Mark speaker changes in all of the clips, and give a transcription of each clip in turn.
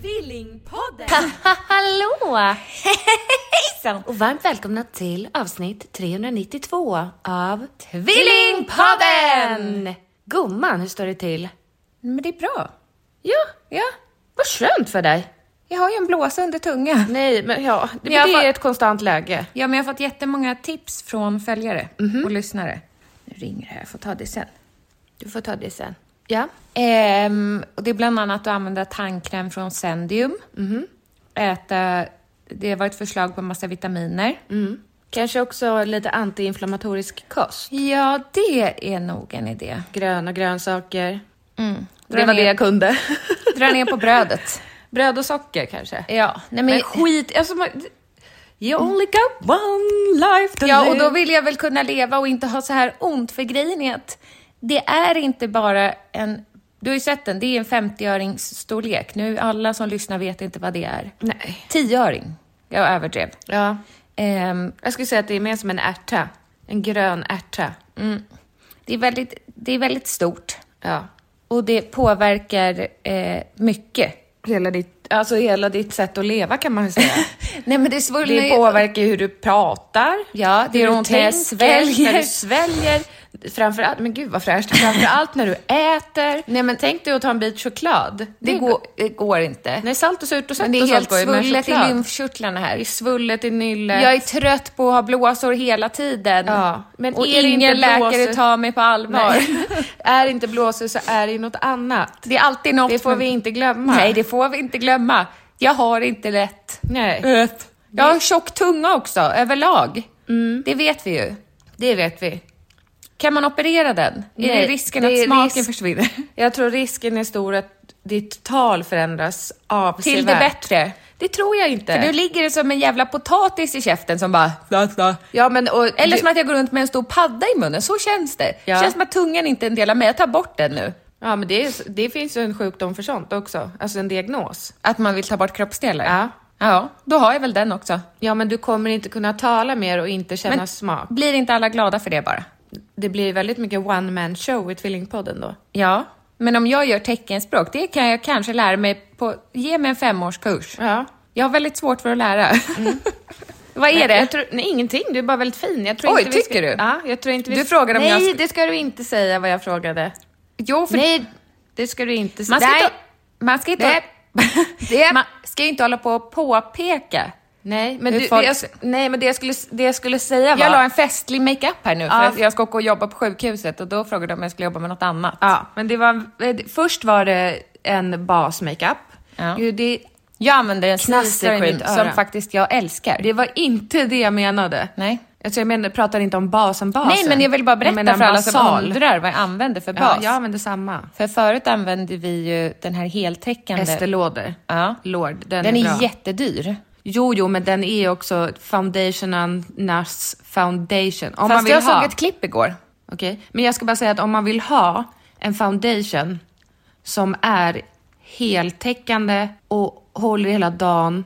Speaker 1: Tvillingpodden!
Speaker 2: Hallå! Hejsan! Och varmt välkomna till avsnitt 392 av Tvillingpodden! Gumman, hur står det till?
Speaker 3: Men det är bra.
Speaker 2: Ja,
Speaker 3: Ja,
Speaker 2: vad skönt för dig.
Speaker 3: jag har ju en blåsa under tunga.
Speaker 2: Nej, men ja, det,
Speaker 3: jag
Speaker 2: det
Speaker 3: fa-
Speaker 2: är ett konstant läge.
Speaker 3: Ja, men jag har fått jättemånga tips från följare och lyssnare. Nu ringer det här, jag får ta det sen.
Speaker 2: Du får ta det sen. Ja,
Speaker 3: Ehm, och det är bland annat att använda tandkräm från Sendium. Äta, det var ett förslag på massa vitaminer.
Speaker 2: kanske också lite antiinflammatorisk kost.
Speaker 3: Ja, det är nog en idé.
Speaker 2: Gröna grönsaker.
Speaker 3: Dra
Speaker 2: Mm. Det var
Speaker 3: ner-
Speaker 2: det jag kunde.
Speaker 3: Dra ner på brödet.
Speaker 2: Bröd och socker kanske.
Speaker 3: Ja, nej men...
Speaker 2: Men skit, alltså man, You only got one life to
Speaker 3: Ja, och då
Speaker 2: live.
Speaker 3: vill jag väl kunna leva och inte ha så här ont, för grejen är att det är inte bara en... Du har ju sett den, det är en 50-öringsstorlek. Nu, alla som lyssnar vet inte vad det är.
Speaker 2: Nej.
Speaker 3: 10-öring. Jag överdrev.
Speaker 2: Ja.
Speaker 3: Ehm,
Speaker 2: Jag skulle säga att det är mer som en ärta. En grön ärta.
Speaker 3: Mm. det, är väldigt, det är väldigt stort
Speaker 2: Ja.
Speaker 3: och det påverkar eh, mycket.
Speaker 2: Hela ditt, alltså hela ditt sätt att leva kan man säga.
Speaker 3: Nej, men det svullnar
Speaker 2: Det påverkar hur du pratar,
Speaker 3: Ja, det
Speaker 2: hur
Speaker 3: gör
Speaker 2: du
Speaker 3: ont när jag
Speaker 2: tänker,
Speaker 3: sväljer.
Speaker 2: när du sväljer. Framförallt, men gud vad fräscht, framförallt när du äter.
Speaker 3: Nej, men-
Speaker 2: Tänk dig att ta en bit choklad.
Speaker 3: Det, går, det går inte.
Speaker 2: Nej, salt och surt och sött
Speaker 3: men det är
Speaker 2: och
Speaker 3: helt
Speaker 2: salt går ju med
Speaker 3: svullet i
Speaker 2: choklad.
Speaker 3: lymfkörtlarna här.
Speaker 2: Det är svullet i nyllet.
Speaker 3: Jag är trött på att ha blåsor hela tiden.
Speaker 2: Ja, men
Speaker 3: och
Speaker 2: är det
Speaker 3: ingen
Speaker 2: inte
Speaker 3: läkare
Speaker 2: blåsor-
Speaker 3: tar mig på allvar.
Speaker 2: Nej. är det inte blåsor så är det ju något annat.
Speaker 3: Det är alltid något
Speaker 2: Det får
Speaker 3: med-
Speaker 2: vi inte glömma.
Speaker 3: Nej, det får vi inte glömma. Jag har inte lätt.
Speaker 2: Nej,
Speaker 3: Öh. Jag har tjock tunga också, överlag.
Speaker 2: Mm.
Speaker 3: Det vet vi ju.
Speaker 2: det vet vi.
Speaker 3: Kan man operera den? är
Speaker 2: Nej,
Speaker 3: det risken
Speaker 2: det är
Speaker 3: att smaken
Speaker 2: risk-
Speaker 3: försvinner?
Speaker 2: Jag tror risken är stor att ditt tal förändras avsevärt.
Speaker 3: Till det bättre?
Speaker 2: Det tror jag inte.
Speaker 3: För nu ligger det som en jävla potatis i käften som bara... Sla, sla.
Speaker 2: Ja, men, och,
Speaker 3: Eller
Speaker 2: du,
Speaker 3: som att jag går runt med en stor padda i munnen, så känns det.
Speaker 2: Ja.
Speaker 3: känns som att tungan inte är en del av mig, jag tar bort den nu.
Speaker 2: ja, men det, är, det finns ju en sjukdom för sånt också, alltså en diagnos.
Speaker 3: Att man vill ta bort kroppsdelar?
Speaker 2: Ja.
Speaker 3: Ja, då har jag väl den också.
Speaker 2: Ja, men du kommer inte kunna tala mer och inte känna smak.
Speaker 3: blir inte alla glada för det bara?
Speaker 2: Det blir väldigt mycket one man show i Tvillingpodden då.
Speaker 3: Ja, men om jag gör teckenspråk, det kan jag kanske lära mig på... Ge mig en femårskurs.
Speaker 2: Ja.
Speaker 3: Jag har väldigt svårt för att lära. Vad är det?
Speaker 2: Jag tror, nej, ingenting. Du är bara väldigt fin. Jag tror
Speaker 3: Oj,
Speaker 2: inte vi
Speaker 3: tycker
Speaker 2: ska,
Speaker 3: du?
Speaker 2: Ja, jag tror inte vi
Speaker 3: Du
Speaker 2: ska-
Speaker 3: frågade om
Speaker 2: nej,
Speaker 3: jag
Speaker 2: Nej,
Speaker 3: sk-
Speaker 2: det ska du inte säga vad jag frågade.
Speaker 3: Jo, för...
Speaker 2: Nej, det ska du inte säga.
Speaker 3: Man ska
Speaker 2: nej.
Speaker 3: inte... Man ska inte...
Speaker 2: Nej.
Speaker 3: Det... Man ska ju inte hålla på och påpeka.
Speaker 2: Nej, men
Speaker 3: Hur
Speaker 2: du,
Speaker 3: folk-
Speaker 2: jag, sk- nej, men det jag skulle, det jag skulle säga var...
Speaker 3: Jag la en festlig makeup här nu, för
Speaker 2: Ja.
Speaker 3: att jag ska åka och jobba på sjukhuset och då frågade de om jag skulle jobba med något annat.
Speaker 2: Ja, men det var, eh, först var det en basmakeup.
Speaker 3: Ja.
Speaker 2: Gud, det,
Speaker 3: Jag använder en
Speaker 2: Knastrar i
Speaker 3: Caesar
Speaker 2: mitt öra.
Speaker 3: som faktiskt jag älskar.
Speaker 2: det var inte det jag menade.
Speaker 3: Nej.
Speaker 2: Alltså jag menar, pratar inte om basen, basen.
Speaker 3: Nej, men jag vill bara berätta
Speaker 2: menar
Speaker 3: för alla som
Speaker 2: basal.
Speaker 3: undrar vad jag använder för bas.
Speaker 2: Ja, jag använder samma.
Speaker 3: För förut använde vi ju den här heltäckande.
Speaker 2: Estée Lauder.
Speaker 3: Ja.
Speaker 2: Lord, den,
Speaker 3: Den
Speaker 2: är,
Speaker 3: är
Speaker 2: bra.
Speaker 3: jättedyr.
Speaker 2: Jo, jo, men den är också foundationernas foundation. Om man
Speaker 3: Fast
Speaker 2: vill
Speaker 3: jag
Speaker 2: ha.
Speaker 3: såg ett klipp igår.
Speaker 2: Okej, men jag ska bara säga att om man vill ha en foundation som är heltäckande och håller hela dagen,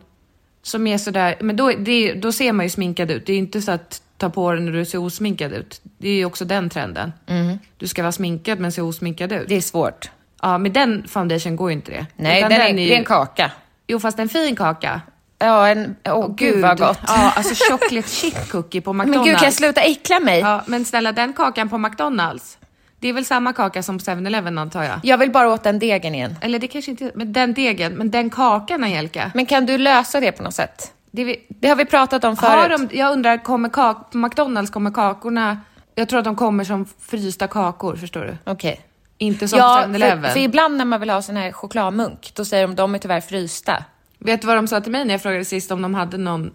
Speaker 2: som är sådär, men då, det, då ser man ju sminkad ut. Det är ju inte så att ta på dig när du ser osminkad ut. Det är ju också den trenden.
Speaker 3: Mm.
Speaker 2: Du ska vara sminkad men se osminkad ut.
Speaker 3: Det är svårt.
Speaker 2: Ja, med den foundation går ju inte det.
Speaker 3: Nej,
Speaker 2: Utan
Speaker 3: den, är, det är en kaka.
Speaker 2: Jo, fast en fin kaka.
Speaker 3: Ja, en, åh gud, vad gott.
Speaker 2: Ja, alltså chocolate chip cookie på McDonalds.
Speaker 3: Men gud, kan jag sluta äckla mig?
Speaker 2: Ja, men snälla den kakan på McDonalds. Det är väl samma kaka som 7-Eleven antar jag?
Speaker 3: Jag vill bara åt den degen igen.
Speaker 2: Eller det kanske inte men den degen, men den kakan Angelica.
Speaker 3: Men kan du lösa det på något sätt?
Speaker 2: Det vi,
Speaker 3: Det har vi pratat om förut.
Speaker 2: har de, jag undrar, kommer kak, på McDonalds kommer kakorna, jag tror att de kommer som frysta kakor, förstår du?
Speaker 3: Okej.
Speaker 2: Inte som
Speaker 3: Ja,
Speaker 2: ja,
Speaker 3: för,
Speaker 2: 7-Eleven.
Speaker 3: för ibland när man vill ha sån här chokladmunk, då säger de de är tyvärr frysta.
Speaker 2: Vet du vad de sa till mig när jag frågade sist om de hade någon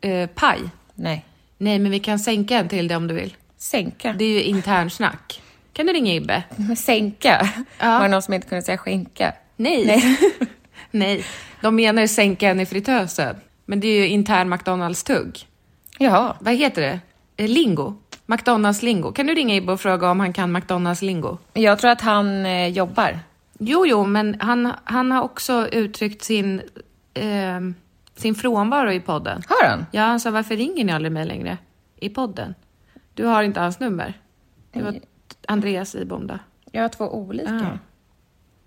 Speaker 2: eh, paj?
Speaker 3: Nej.
Speaker 2: Nej, men vi kan sänka en till det om du vill.
Speaker 3: Sänka.
Speaker 2: Det är ju internsnack. Kan du ringa Ibbe?
Speaker 3: Men Sänka?
Speaker 2: Ja.
Speaker 3: Var det någon som inte kunde säga skinka?
Speaker 2: Nej. Nej. De menar ju sänka en i fritösen. Men det är ju intern McDonalds-tugg.
Speaker 3: Jaha.
Speaker 2: Vad heter det? Eh, Lingo? McDonalds-lingo. Kan du ringa Ibbe och fråga om han kan McDonalds-lingo?
Speaker 3: Jag tror att han eh, jobbar.
Speaker 2: Jo, jo, men han, han har också uttryckt sin, eh, sin frånvaro i podden.
Speaker 3: Har han?
Speaker 2: Ja, han sa varför ringer ni aldrig mig längre i podden? Du har inte hans nummer. Det var Andreas Ibom då.
Speaker 3: Jag har två olika.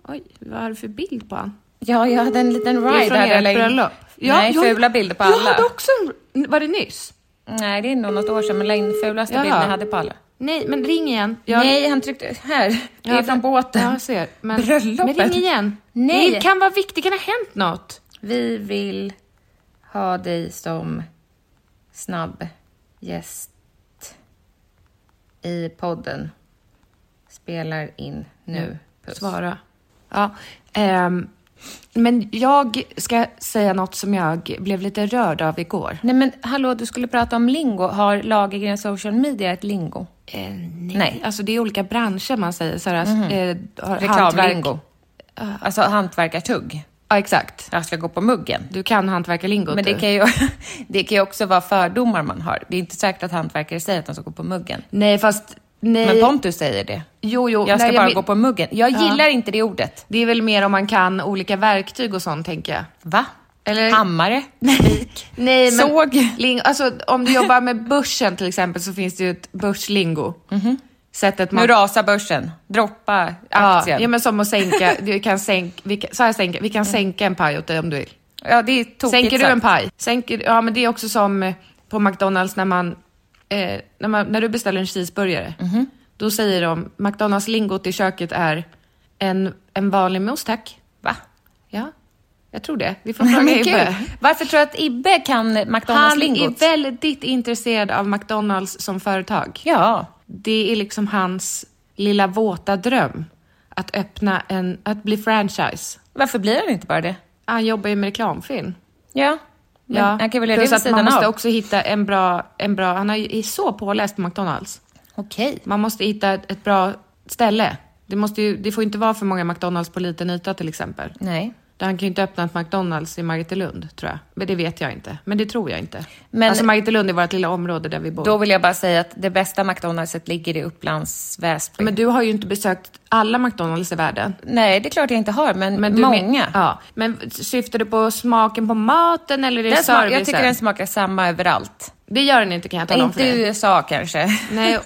Speaker 2: Ja. Oj, vad har du för bild på han?
Speaker 3: Ja, jag hade en liten
Speaker 2: Det är
Speaker 3: ride
Speaker 2: från
Speaker 3: där.
Speaker 2: ert
Speaker 3: eller-
Speaker 2: bröllop. Ja,
Speaker 3: Nej,
Speaker 2: jag-
Speaker 3: fula bilder på
Speaker 2: Jag
Speaker 3: alla.
Speaker 2: hade också en... Var det nyss?
Speaker 3: Nej, det är nog något år sedan, men la in fulaste
Speaker 2: Jaha.
Speaker 3: bilden jag hade på alla.
Speaker 2: Nej, men ring igen. Jag...
Speaker 3: Nej, han tryckte... Här. Det är
Speaker 2: Ja,
Speaker 3: från
Speaker 2: för- Ja,
Speaker 3: båten.
Speaker 2: jag ser. Men...
Speaker 3: Bröllopet.
Speaker 2: Men ring igen.
Speaker 3: Nej.
Speaker 2: Det kan vara viktigt. Det kan ha hänt något.
Speaker 3: Vi vill ha dig som snabb gäst i podden. Spelar in nu. Puss.
Speaker 2: Svara. Ja. ehm, men jag ska säga något som jag blev lite rörd av igår.
Speaker 3: Nej men hallå, du skulle prata om lingo. Har Lagergren social media ett lingo?
Speaker 2: Eh, nej.
Speaker 3: Nej. Mhm.
Speaker 2: Alltså det är olika branscher man säger. Så här, eh, har- hantverk-
Speaker 3: Reklamlingo. Alltså hantverkartugg.
Speaker 2: Ja, exakt.
Speaker 3: Jag ska gå på muggen.
Speaker 2: Du kan typ. hantverkarlingot.
Speaker 3: Men det
Speaker 2: du.
Speaker 3: kan, ju, det kan ju också vara fördomar man har. Det är inte säkert att hantverkare säger att de ska gå på muggen.
Speaker 2: Nej, fast... Nej.
Speaker 3: Men Pontus säger det.
Speaker 2: jo, jo.
Speaker 3: Jag ska
Speaker 2: nej,
Speaker 3: bara
Speaker 2: men-
Speaker 3: gå på muggen. Jag
Speaker 2: Ja.
Speaker 3: gillar inte det ordet.
Speaker 2: Det är väl mer om man kan olika verktyg och sånt, tänker jag.
Speaker 3: Va?
Speaker 2: Eller-
Speaker 3: Hammare?
Speaker 2: Nej, men
Speaker 3: Såg.
Speaker 2: Ling, alltså, om du jobbar med börsen till exempel så finns det ju ett börslingo.
Speaker 3: Mhm.
Speaker 2: Sättet man...
Speaker 3: Nu rasar börsen. Droppa
Speaker 2: ja,
Speaker 3: aktien.
Speaker 2: ja, men som att sänka. Du kan sänka vi kan, så här sänka, vi kan sänka en paj åt dig om du vill.
Speaker 3: Ja, det är tokigt
Speaker 2: Sänker du
Speaker 3: sagt.
Speaker 2: en paj? Sänker, ja, men det är också som eh, på McDonalds när man, eh, när, man när du beställer en cheeseburgare.
Speaker 3: Mhm.
Speaker 2: Då säger de, McDonalds lingot i köket är en, en vanlig mos tack.
Speaker 3: Va?
Speaker 2: Ja, jag tror det. Vi får
Speaker 3: Men
Speaker 2: fråga
Speaker 3: gud,
Speaker 2: Ibbe.
Speaker 3: varför tror du att Ibbe kan
Speaker 2: Han
Speaker 3: McDonalds-lingot?
Speaker 2: är väldigt intresserad av McDonalds som företag.
Speaker 3: Ja.
Speaker 2: Det är liksom hans lilla våta dröm. Att öppna en, att bli franchise.
Speaker 3: Varför blir han inte bara det?
Speaker 2: Han jobbar ju med reklamfilm.
Speaker 3: Ja. Men
Speaker 2: Ja,
Speaker 3: Han kan väl göra det
Speaker 2: plus att
Speaker 3: vid
Speaker 2: man
Speaker 3: sidan
Speaker 2: måste
Speaker 3: av?
Speaker 2: också hitta en bra, en bra, han har ju- är så påläst på McDonalds.
Speaker 3: Okej.
Speaker 2: Man måste hitta ett, ett bra ställe. Det, måste ju, det får inte vara för många McDonalds på liten yta till exempel.
Speaker 3: Nej.
Speaker 2: Där Han kan ju inte öppna ett McDonalds i Margitelund tror jag. Men det vet jag inte. Men det tror jag inte.
Speaker 3: Men-
Speaker 2: alltså Margitelund är vårt lilla område där vi bor.
Speaker 3: Då vill jag bara säga att det bästa McDonaldset ligger i Upplands Väsby.
Speaker 2: Men du har ju inte besökt alla McDonalds i världen.
Speaker 3: Nej, det är klart jag inte har, men,
Speaker 2: Men du
Speaker 3: många.
Speaker 2: men- ja. Men syftar du på smaken på maten eller är det
Speaker 3: Den sma-
Speaker 2: servicen?
Speaker 3: jag tycker den smakar samma överallt.
Speaker 2: Det gör den inte kan jag tala om för
Speaker 3: Inte i
Speaker 2: dig.
Speaker 3: USA kanske.
Speaker 2: Nej,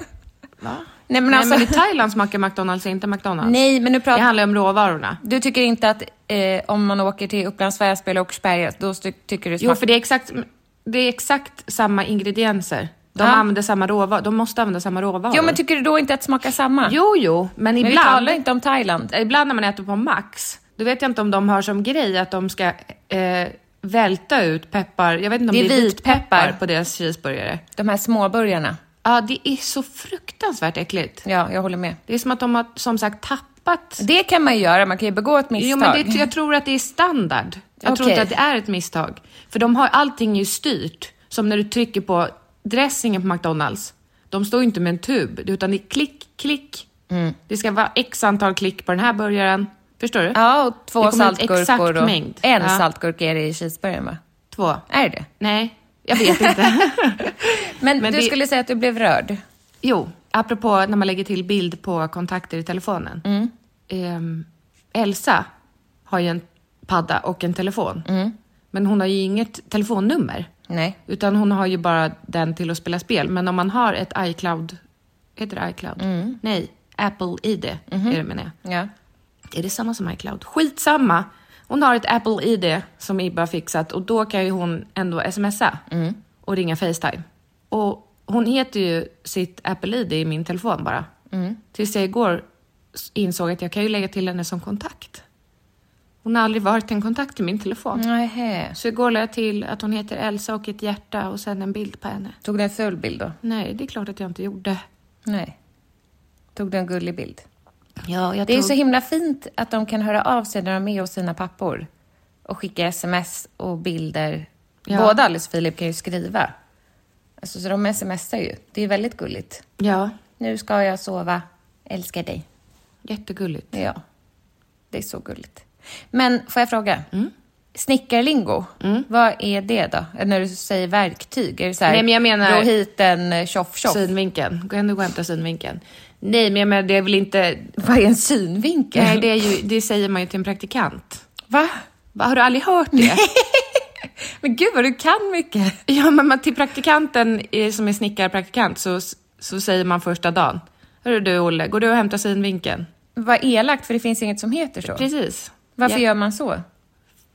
Speaker 3: Nej, men
Speaker 2: men
Speaker 3: alltså,
Speaker 2: Nej, men i Thailand smakar McDonalds inte McDonalds.
Speaker 3: Nej, men nu pratar-
Speaker 2: Det handlar ju om råvarorna.
Speaker 3: Du tycker inte att eh, om man åker till Upplands Väsby eller Åkersberga, då sty- tycker du
Speaker 2: Jo,
Speaker 3: smakar...
Speaker 2: för det är exakt, det är exakt samma ingredienser. De
Speaker 3: Ja.
Speaker 2: använder samma råvaror. De måste använda samma råvaror.
Speaker 3: Jo, men tycker du då inte att det smakar samma?
Speaker 2: jo, jo, men
Speaker 3: men vi
Speaker 2: ibland,
Speaker 3: talar inte om Thailand.
Speaker 2: ibland när man äter på Max, då vet jag inte om de har som grej att de ska eh, välta ut peppar. Jag vet inte om
Speaker 3: Det
Speaker 2: det
Speaker 3: är
Speaker 2: är,
Speaker 3: vitpeppar.
Speaker 2: vitpeppar på deras cheeseburgare.
Speaker 3: De här småburgarna.
Speaker 2: Ja, det är så fruktansvärt äckligt.
Speaker 3: Ja, jag håller med.
Speaker 2: Det är som att de har som sagt tappat...
Speaker 3: Det kan man ju göra, man kan ju begå ett misstag.
Speaker 2: Jo, men det, jag tror att det är typ- standard. Jag tror
Speaker 3: Okej.
Speaker 2: inte att det är ett misstag. För de har allting är ju styrt. Som när du trycker på dressingen på McDonalds. De står ju inte med en tub, utan det är klick, klick.
Speaker 3: Mm.
Speaker 2: Det ska vara x antal klick på den här burgaren. Förstår du?
Speaker 3: Ja, och
Speaker 2: Det
Speaker 3: två
Speaker 2: kommer ut
Speaker 3: saltgurkor
Speaker 2: exakt
Speaker 3: och...
Speaker 2: mängd.
Speaker 3: En
Speaker 2: Ja.
Speaker 3: saltgurka är det i cheeseburgaren, va?
Speaker 2: Två.
Speaker 3: Är det
Speaker 2: Nej, jag vet inte.
Speaker 3: Men,
Speaker 2: Men
Speaker 3: du
Speaker 2: det-
Speaker 3: skulle säga att du blev rörd.
Speaker 2: jo, apropå när man lägger till bild på kontakter i telefonen. Ehm, Elsa har ju en padda och en telefon. Men hon har ju inget telefonnummer.
Speaker 3: Nej.
Speaker 2: Utan hon har ju bara den till att spela spel. Men om man har ett iCloud... Heter det iCloud? Nej, Apple ID är det menar jag.
Speaker 3: Ja.
Speaker 2: Är det samma som iCloud? Skitsamma! Hon har ett Apple ID som Ibba har fixat och då kan ju hon ändå smsa och ringa Facetime. Och hon heter ju sitt Apple ID i min telefon bara. Tills jag igår s- insåg att jag kan ju lägga till henne som kontakt. Hon har aldrig varit en kontakt i min telefon.
Speaker 3: Nähä.
Speaker 2: Så igår lade jag till att hon heter Elsa och ett hjärta och sen en bild på henne.
Speaker 3: Tog du en ful bild då?
Speaker 2: Nej, det är klart att jag inte gjorde.
Speaker 3: Nej. Tog du en gullig bild?
Speaker 2: Ja, jag
Speaker 3: Det är
Speaker 2: tog...
Speaker 3: så himla fint att de kan höra av sig när de är hos sina pappor och skicka sms och bilder.
Speaker 2: Ja.
Speaker 3: Båda Alice och Filip kan ju skriva. Alltså, så de smsar ju. Det är väldigt gulligt.
Speaker 2: Ja,
Speaker 3: Nu ska jag sova. Älskar dig.
Speaker 2: jättegulligt.
Speaker 3: Ja, det är så gulligt. Men får jag fråga?
Speaker 2: Mm.
Speaker 3: Snickarlingo, vad är det då? Eller När du säger verktyg, är det så här,
Speaker 2: Nej, men jag menar-
Speaker 3: gå hit en eh, tjoff tjoff?
Speaker 2: Synvinkeln. Gå ändå och hämta synvinkeln. Nej, men jag menar, det är väl inte...
Speaker 3: Vad är en synvinkel?
Speaker 2: Nej, det, är ju, det säger man ju till en praktikant.
Speaker 3: Va?
Speaker 2: Va, har du aldrig hört det?
Speaker 3: Men gud vad du kan mycket!
Speaker 2: ja, men man, till praktikanten eh, som är snickarpraktikant så, så säger man första dagen. Hörru du, Olle, går du och hämtar synvinkeln?
Speaker 3: Vad elakt, för det finns inget som heter så.
Speaker 2: Precis.
Speaker 3: Varför
Speaker 2: Ja,
Speaker 3: gör man så?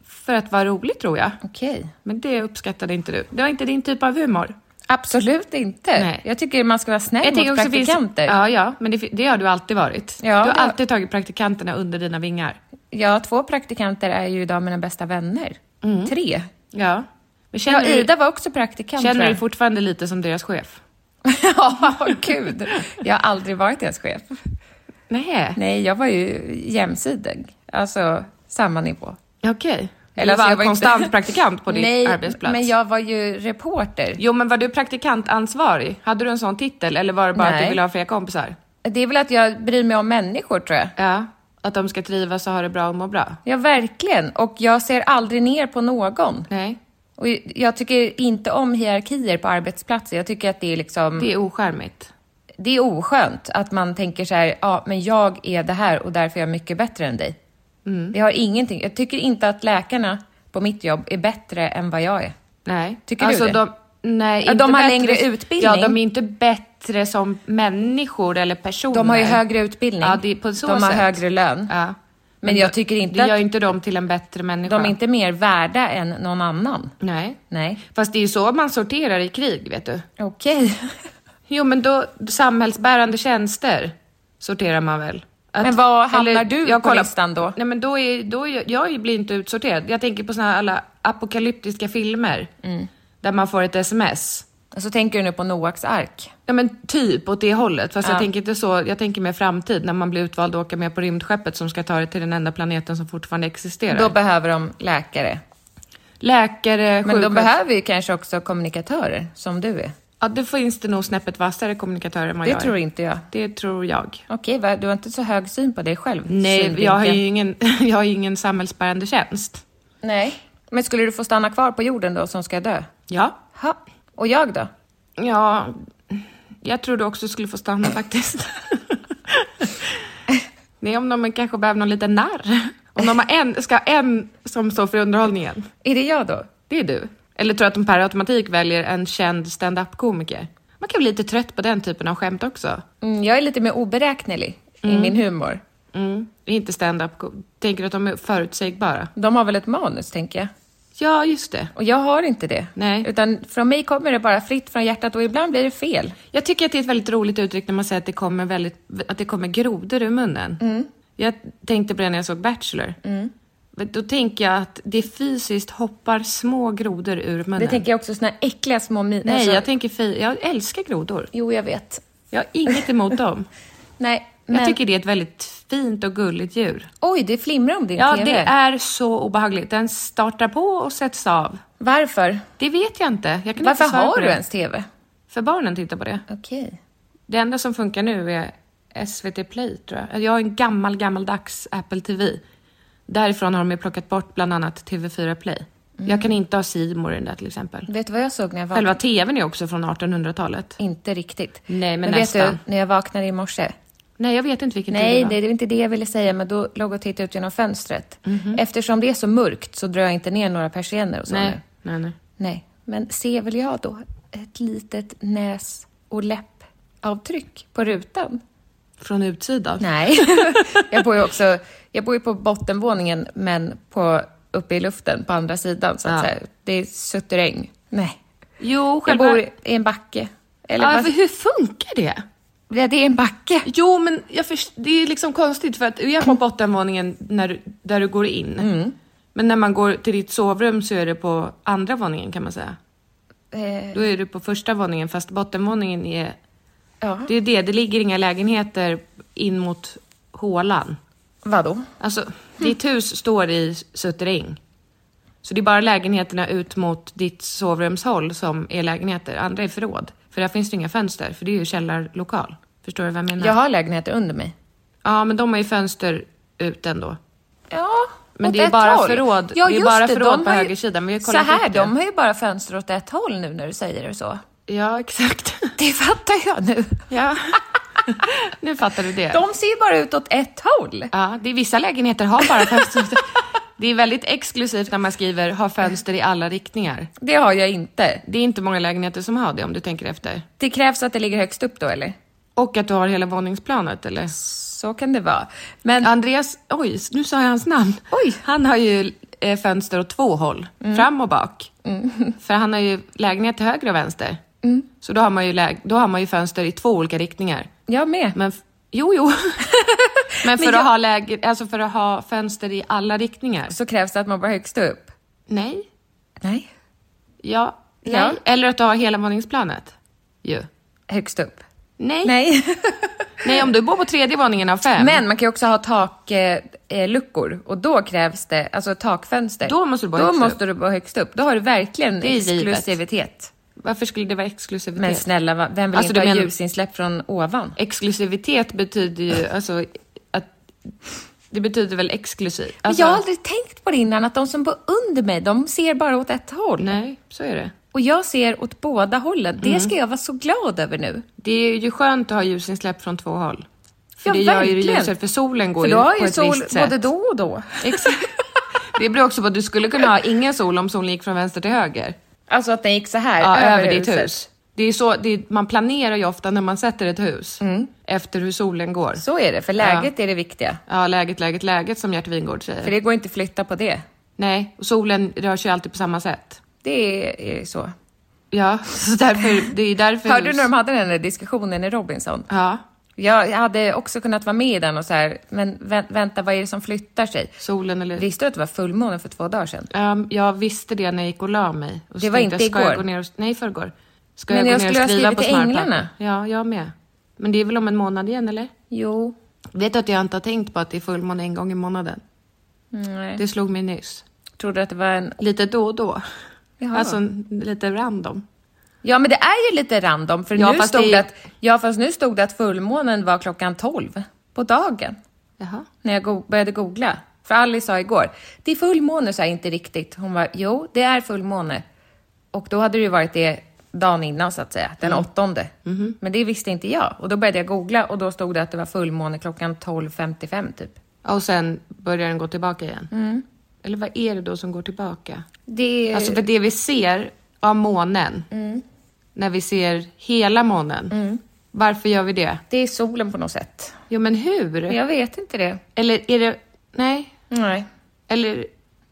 Speaker 2: För att vara rolig, tror jag.
Speaker 3: Okej.
Speaker 2: Men det uppskattade inte du. Det var inte din typ av humor.
Speaker 3: Absolut inte.
Speaker 2: Nej.
Speaker 3: Jag tycker man ska vara snäll mot
Speaker 2: också finns-
Speaker 3: praktikanter.
Speaker 2: Ja, ja, men det, fi- det har du alltid varit.
Speaker 3: Ja,
Speaker 2: du har
Speaker 3: det-
Speaker 2: alltid tagit praktikanterna under dina vingar.
Speaker 3: ja, två praktikanter är ju idag mina bästa vänner. Tre.
Speaker 2: Ja. Men Mm. känner,
Speaker 3: Ja, Ida var också praktikant
Speaker 2: du,
Speaker 3: tror
Speaker 2: känner du
Speaker 3: jag.
Speaker 2: dig fortfarande lite som deras chef?
Speaker 3: Ja, gud. Jag har aldrig varit deras chef.
Speaker 2: Nej.
Speaker 3: Nej, jag var ju jämsidig. Alltså, samma nivå.
Speaker 2: Okej.
Speaker 3: Eller
Speaker 2: Eller
Speaker 3: alltså,
Speaker 2: var
Speaker 3: jag var
Speaker 2: var
Speaker 3: inte-
Speaker 2: konstant praktikant på din
Speaker 3: Nej,
Speaker 2: arbetsplats?
Speaker 3: men jag var ju reporter.
Speaker 2: Jo, men var du praktikantansvarig? Hade du en sån titel eller var det bara att
Speaker 3: Nej.
Speaker 2: du ville ha fler kompisar?
Speaker 3: Det är väl att jag bryr mig om människor, tror jag.
Speaker 2: Ja. Att de ska trivas och ha det bra och må bra?
Speaker 3: Ja, verkligen. Och jag ser aldrig ner på någon.
Speaker 2: Nej.
Speaker 3: Och jag tycker inte om hierarkier på arbetsplatser. Jag tycker att det är liksom...
Speaker 2: Det är oskärmigt.
Speaker 3: det är oskönt att man tänker så här, ja, men jag är det här och därför är jag mycket bättre än dig.
Speaker 2: Mm.
Speaker 3: Det har ingenting. Jag tycker inte att läkarna på mitt jobb är bättre än vad jag är.
Speaker 2: Nej.
Speaker 3: Tycker du det?
Speaker 2: Alltså, De, nej,
Speaker 3: Ja,
Speaker 2: inte
Speaker 3: de har
Speaker 2: bättre-
Speaker 3: längre utbildning.
Speaker 2: Ja, de är inte bättre som människor eller personer.
Speaker 3: De har ju högre utbildning.
Speaker 2: Ja, det är på så
Speaker 3: de har
Speaker 2: sätt.
Speaker 3: högre lön.
Speaker 2: Ja.
Speaker 3: Men jag tycker inte
Speaker 2: Det gör
Speaker 3: att
Speaker 2: ju inte dem till en bättre människa.
Speaker 3: de är inte mer värda än någon annan.
Speaker 2: Nej.
Speaker 3: Nej.
Speaker 2: Fast det är ju så man sorterar i krig, vet du.
Speaker 3: Okej.
Speaker 2: Jo, men då samhällsbärande tjänster sorterar man väl? Att-
Speaker 3: Men var hamnar du på listan då?
Speaker 2: Nej, men då är, då är, jag blir inte utsorterad. Jag tänker på såna här alla apokalyptiska filmer
Speaker 3: Mm.
Speaker 2: där man får ett sms.
Speaker 3: Och så tänker du nu på Noaks ark.
Speaker 2: Ja men typ åt det hållet. Fast
Speaker 3: Ja.
Speaker 2: jag tänker inte så, jag tänker mer framtid när man blir utvald att åka med på rymdskeppet som ska ta det till den enda planeten som fortfarande existerar.
Speaker 3: Då behöver de läkare.
Speaker 2: Läkare,
Speaker 3: Men de
Speaker 2: sjuksköterskor.
Speaker 3: behöver ju kanske också kommunikatörer, som du är.
Speaker 2: Ja det finns det nog snäppet vassare kommunikatörer än vad
Speaker 3: Det
Speaker 2: jag är.
Speaker 3: tror inte jag.
Speaker 2: Det tror jag.
Speaker 3: Okej, va? du har inte så hög syn på dig själv?
Speaker 2: Nej,
Speaker 3: synvinkel.
Speaker 2: jag har ju ingen, jag har ju ingen samhällsbärande tjänst.
Speaker 3: Nej. Men skulle du få stanna kvar på jorden då, som ska dö?
Speaker 2: Ja.
Speaker 3: Ha. Och jag då?
Speaker 2: Ja, jag tror du också skulle få stanna faktiskt. Nej, om de kanske behöver någon liten narr. Om de har en, ska ha en som står för underhållningen.
Speaker 3: Är det jag då?
Speaker 2: Det är du. Eller tror du att de per automatik väljer en känd stand-up-komiker? Man kan bli lite trött på den typen av skämt också.
Speaker 3: Mm, jag är lite mer oberäknelig i min humor.
Speaker 2: Mm. Inte stand-up, ko- tänker du att de är förutsägbara?
Speaker 3: De har väl ett manus, tänker jag.
Speaker 2: Ja, just det.
Speaker 3: Och jag har inte det.
Speaker 2: Nej.
Speaker 3: Utan från mig kommer det bara fritt från hjärtat och ibland blir det fel.
Speaker 2: Jag tycker att det är ett väldigt roligt uttryck när man säger att det kommer, väldigt, att det kommer grodor ur munnen.
Speaker 3: Mm.
Speaker 2: Jag tänkte på det när jag såg Bachelor. Men Då tänker jag att det fysiskt hoppar små grodor ur munnen.
Speaker 3: Det tänker jag också, såna här äckliga små min...
Speaker 2: Nej,
Speaker 3: alltså-
Speaker 2: jag tänker fi- Jag älskar grodor.
Speaker 3: Jo, jag vet.
Speaker 2: Jag har inget emot dem.
Speaker 3: Nej,
Speaker 2: Jag
Speaker 3: men...
Speaker 2: tycker det är ett väldigt fint och gulligt djur.
Speaker 3: Oj, det flimrar om din
Speaker 2: Ja,
Speaker 3: TV.
Speaker 2: det är så obehagligt. Den startar på och sätts av.
Speaker 3: Varför?
Speaker 2: Det vet jag inte. Jag kan
Speaker 3: Varför
Speaker 2: inte svara
Speaker 3: har
Speaker 2: på
Speaker 3: du
Speaker 2: det.
Speaker 3: ens TV?
Speaker 2: För barnen tittar på det.
Speaker 3: Okej.
Speaker 2: Det enda som funkar nu är SVT Play tror jag. Jag har en gammal, gammaldags Apple TV. Därifrån har de ju plockat bort bland annat TV4 Play.
Speaker 3: Mm.
Speaker 2: Jag kan inte ha C More i den där till exempel.
Speaker 3: Vet du vad jag såg när jag vaknade?
Speaker 2: Själva TVn är också från 1800-talet.
Speaker 3: Inte riktigt.
Speaker 2: Nej, men
Speaker 3: vet
Speaker 2: nästan.
Speaker 3: du, när jag vaknade i morse.
Speaker 2: Nej, jag vet inte vilken
Speaker 3: Nej,
Speaker 2: TV
Speaker 3: det
Speaker 2: var.
Speaker 3: är inte det jag ville säga, men då låg jag och tittade ut genom Mhm. fönstret. Eftersom det är så mörkt så drar jag inte ner några persienner och så
Speaker 2: Nej,
Speaker 3: nu.
Speaker 2: nej, nej.
Speaker 3: Nej. Men ser väl jag då ett litet näs och läppavtryck på rutan?
Speaker 2: Från utsidan?
Speaker 3: Nej. jag bor ju också jag bor ju på bottenvåningen, men på, uppe i luften på andra sidan. Så att
Speaker 2: Ja.
Speaker 3: säga. Det är suterräng. Nej.
Speaker 2: Jo,
Speaker 3: Jag
Speaker 2: själva...
Speaker 3: bor i en backe. Eller
Speaker 2: ja,
Speaker 3: vad-
Speaker 2: för hur funkar det?
Speaker 3: Ja, det är en backe.
Speaker 2: Jo, men jag först... det är liksom konstigt för att vi är på bottenvåningen när du... där du går in.
Speaker 3: Mm.
Speaker 2: Men när man går till ditt sovrum så är det på andra våningen kan man säga.
Speaker 3: Eh,
Speaker 2: Då är du på första våningen fast bottenvåningen är...
Speaker 3: ja.
Speaker 2: Det är det, det ligger inga lägenheter in mot hålan.
Speaker 3: Vadå?
Speaker 2: Alltså, ditt hus står i Suttering. Så det är bara lägenheterna ut mot ditt sovrumshåll som är lägenheter, andra är förråd. För där finns det inga fönster, för det är ju källarlokal. Förstår du vad jag menar?
Speaker 3: Jag har lägenheter under mig.
Speaker 2: Ja, men de har ju fönster ut ändå.
Speaker 3: Ja,
Speaker 2: Men
Speaker 3: åt
Speaker 2: det är
Speaker 3: ett
Speaker 2: bara
Speaker 3: håll.
Speaker 2: förråd. Det är
Speaker 3: just
Speaker 2: bara förråd
Speaker 3: de
Speaker 2: på
Speaker 3: har ju-
Speaker 2: högersidan, men vi har
Speaker 3: Så
Speaker 2: kollat
Speaker 3: här,
Speaker 2: upp det.
Speaker 3: de har ju bara fönster åt ett håll nu när du säger det så.
Speaker 2: Ja, exakt.
Speaker 3: Det fattar jag nu.
Speaker 2: Ja. nu fattar du det.
Speaker 3: De ser ju bara ut åt ett håll.
Speaker 2: Ja, det är vissa lägenheter har bara fönster. det är väldigt exklusivt när man skriver har fönster i alla riktningar.
Speaker 3: Det har jag inte.
Speaker 2: Det är inte många lägenheter som har det om du tänker efter.
Speaker 3: Det krävs att det ligger högst upp då, eller?
Speaker 2: Och att du har hela våningsplanet eller?
Speaker 3: Så kan det vara. Men
Speaker 2: Andreas, oj, nu sa jag hans namn.
Speaker 3: Oj. Mm.
Speaker 2: Han har ju eh, fönster åt två håll, fram och bak. För han har ju lägenhet till höger och vänster.
Speaker 3: Mm.
Speaker 2: Så då har, man ju läg- då har man ju fönster i två olika riktningar.
Speaker 3: jag med.
Speaker 2: Men f- jo, jo. Men för,
Speaker 3: jag-
Speaker 2: att ha läge- alltså för att ha fönster i alla riktningar?
Speaker 3: Så krävs det att man bara högst upp.
Speaker 2: Nej.
Speaker 3: Nej.
Speaker 2: Ja. Nej.
Speaker 3: Ja.
Speaker 2: Eller att du har hela våningsplanet. Ju.
Speaker 3: Högst upp.
Speaker 2: Nej. Nej.
Speaker 3: Nej.
Speaker 2: om du bor på tredje våningen av fem.
Speaker 3: Men man kan ju också ha takluckor eh, luckor. och då krävs det, alltså takfönster.
Speaker 2: Då måste du bara
Speaker 3: Då
Speaker 2: högst
Speaker 3: måste du bara högst upp. Då har du verkligen
Speaker 2: Det är givet.
Speaker 3: exklusivitet.
Speaker 2: Varför skulle det vara exklusivitet?
Speaker 3: Men snälla, va- vem vill
Speaker 2: Alltså,
Speaker 3: inte
Speaker 2: du
Speaker 3: ha
Speaker 2: menar-
Speaker 3: ljusinsläpp från ovan?
Speaker 2: Exklusivitet betyder ju alltså att det betyder väl exklusiv?
Speaker 3: Men
Speaker 2: Alltså,
Speaker 3: jag har aldrig tänkt på det innan, att de som bor under mig, de ser bara åt ett håll.
Speaker 2: Nej, så är det.
Speaker 3: Och jag ser åt båda hållen. Det ska jag vara så glad över nu.
Speaker 2: Det är ju skönt att ha ljusinsläpp från två håll. För
Speaker 3: Ja,
Speaker 2: det gör ju det
Speaker 3: verkligen.
Speaker 2: ljusare, för solen går
Speaker 3: För
Speaker 2: ju
Speaker 3: då
Speaker 2: på
Speaker 3: har ju
Speaker 2: ett
Speaker 3: sol
Speaker 2: visst sätt.
Speaker 3: både då och då.
Speaker 2: Exakt. Det beror också på att du skulle kunna ha ingen sol om solen gick från vänster till höger.
Speaker 3: Alltså att den gick så här,
Speaker 2: Ja,
Speaker 3: över,
Speaker 2: över ditt
Speaker 3: huset.
Speaker 2: hus. Det är så, det är, man planerar ju ofta när man sätter ett hus efter hur solen går.
Speaker 3: Mm. Så är det, för läget är det viktiga.
Speaker 2: Ja, läget, läget, läget som Gert Wingårdh säger.
Speaker 3: För det går inte att flytta på det.
Speaker 2: Nej, och solen rör sig alltid på samma sätt.
Speaker 3: Det är så.
Speaker 2: Ja, så därför, det är därför...
Speaker 3: Hörde du när de hade den där diskussionen i Robinson?
Speaker 2: Ja,
Speaker 3: Jag hade också kunnat vara med i den och så här, men vä- vänta, vad är det som flyttar sig?
Speaker 2: solen eller...
Speaker 3: Visste du att det var fullmåne för två dagar sedan?
Speaker 2: Ehm, jag visste det när jag gick och la mig. Och så
Speaker 3: Det var
Speaker 2: tänkte jag,
Speaker 3: inte
Speaker 2: Ska
Speaker 3: igår.
Speaker 2: jag gå ner och... Nej, förrgår. Ska
Speaker 3: Men jag
Speaker 2: gå ner
Speaker 3: skulle ha
Speaker 2: och skriva
Speaker 3: skrivit
Speaker 2: på
Speaker 3: till
Speaker 2: smartlappen?
Speaker 3: änglarna.
Speaker 2: Ja, jag med. Men det är väl om en månad igen, eller?
Speaker 3: Jo.
Speaker 2: Vet du att jag inte har tänkt på att det är fullmåne en gång i månaden?
Speaker 3: Nej.
Speaker 2: Det slog mig nyss.
Speaker 3: Tror du att det var en...
Speaker 2: Lite då och då.
Speaker 3: Jaha.
Speaker 2: Alltså en- lite random.
Speaker 3: Ja, men det är ju lite random, för
Speaker 2: Ja,
Speaker 3: nu
Speaker 2: fast
Speaker 3: stod
Speaker 2: det-
Speaker 3: det... att... Ja, fast nu stod det att fullmånen var klockan 12 på dagen.
Speaker 2: Jaha.
Speaker 3: när jag go- började googla. För Alice sa igår, det är fullmåne, sa jag inte riktigt. Hon var, jo, det är fullmåne. Och då hade det ju varit det dagen innan, så att säga, den
Speaker 2: Mm.
Speaker 3: åttonde.
Speaker 2: Mhm.
Speaker 3: Men det visste inte jag. Och då började jag googla och då stod det att det var fullmåne klockan 12.55 typ.
Speaker 2: Och sen börjar den gå tillbaka igen. Eller vad är det då som går tillbaka?
Speaker 3: Det är...
Speaker 2: Mm. Alltså för det vi ser av månen,
Speaker 3: Mm.
Speaker 2: när vi ser hela månen, varför gör vi det?
Speaker 3: det är solen på något sätt.
Speaker 2: Jo men hur?
Speaker 3: Jag vet inte det.
Speaker 2: Eller är det... Nej.
Speaker 3: Nej.
Speaker 2: Eller...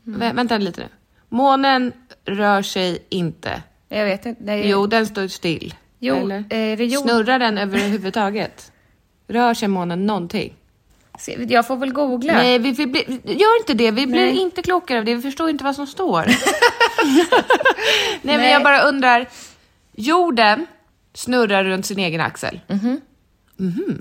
Speaker 3: Mm.
Speaker 2: Vä- vänta lite nu. Månen rör sig inte.
Speaker 3: Jag vet inte. Nej.
Speaker 2: Jo, den står still.
Speaker 3: Eh. Jo,
Speaker 2: Eller?
Speaker 3: är det jord-
Speaker 2: Snurrar den överhuvudtaget? Rör sig månen någonting?
Speaker 3: Se, Jag får väl googla.
Speaker 2: Nej, vi, vi blir, gör inte det. Vi blir inte klokare av det. Vi förstår inte vad som står. Nej, men
Speaker 3: Nej.
Speaker 2: jag bara undrar. Jorden snurrar runt sin egen axel.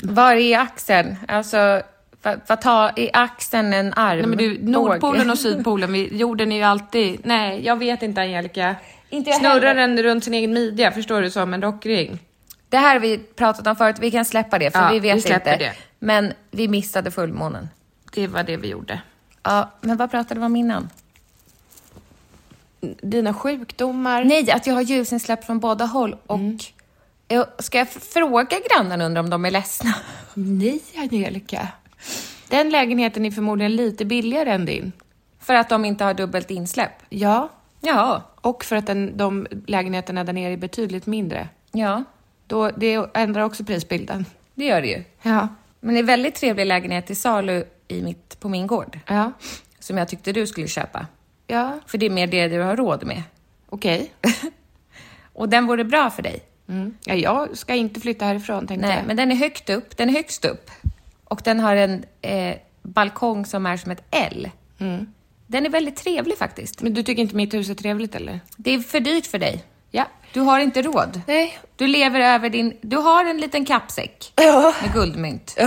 Speaker 3: Var är axeln? Alltså, vad vad tar i axeln en arm?
Speaker 2: Nej, men du, Nordpolen och Sydpolen, vi, jorden är ju alltid... Nej, jag vet inte Angelica.
Speaker 3: Inte jag
Speaker 2: Snurrar
Speaker 3: heller.
Speaker 2: den runt sin egen midja, förstår du, som en rockring.
Speaker 3: Det här har vi pratat om förut, vi kan släppa det för
Speaker 2: Ja,
Speaker 3: vi vet
Speaker 2: vi släpper
Speaker 3: inte.
Speaker 2: det.
Speaker 3: Men vi missade fullmånen.
Speaker 2: Det var det vi gjorde.
Speaker 3: Ja, men vad pratade vi om innan?
Speaker 2: Dina sjukdomar.
Speaker 3: Nej, att jag har ljusinsläpp från båda håll och...
Speaker 2: Mm.
Speaker 3: Jag- Ska jag f- fråga grannen undrar om de är ledsna?
Speaker 2: Nej, Angelica. Den lägenheten är förmodligen lite billigare än din.
Speaker 3: För att de inte har dubbelt insläpp?
Speaker 2: Ja.
Speaker 3: Ja,
Speaker 2: Och för att den, de lägenheterna där nere är betydligt mindre.
Speaker 3: ja,
Speaker 2: Då, det ändrar också prisbilden.
Speaker 3: det gör det ju.
Speaker 2: Ja.
Speaker 3: Men det är väldigt trevlig lägenhet i salu i mitt, på min gård.
Speaker 2: Ja.
Speaker 3: Som jag tyckte du skulle köpa.
Speaker 2: Ja.
Speaker 3: För det är mer det du har råd med.
Speaker 2: Okej.
Speaker 3: Och den vore bra för dig.
Speaker 2: Mm. Ja, jag ska inte flytta härifrån tänkte
Speaker 3: Nej,
Speaker 2: jag.
Speaker 3: men den är högt upp. Den är högst upp. Och den har en eh, balkong som är som ett L.
Speaker 2: Mm.
Speaker 3: Den är väldigt trevlig faktiskt.
Speaker 2: Men du tycker inte mitt hus är trevligt eller?
Speaker 3: Det är för dyrt för dig.
Speaker 2: Ja.
Speaker 3: Du har inte råd.
Speaker 2: Nej.
Speaker 3: Du lever över din... Du har en liten kappsäck med guldmynt.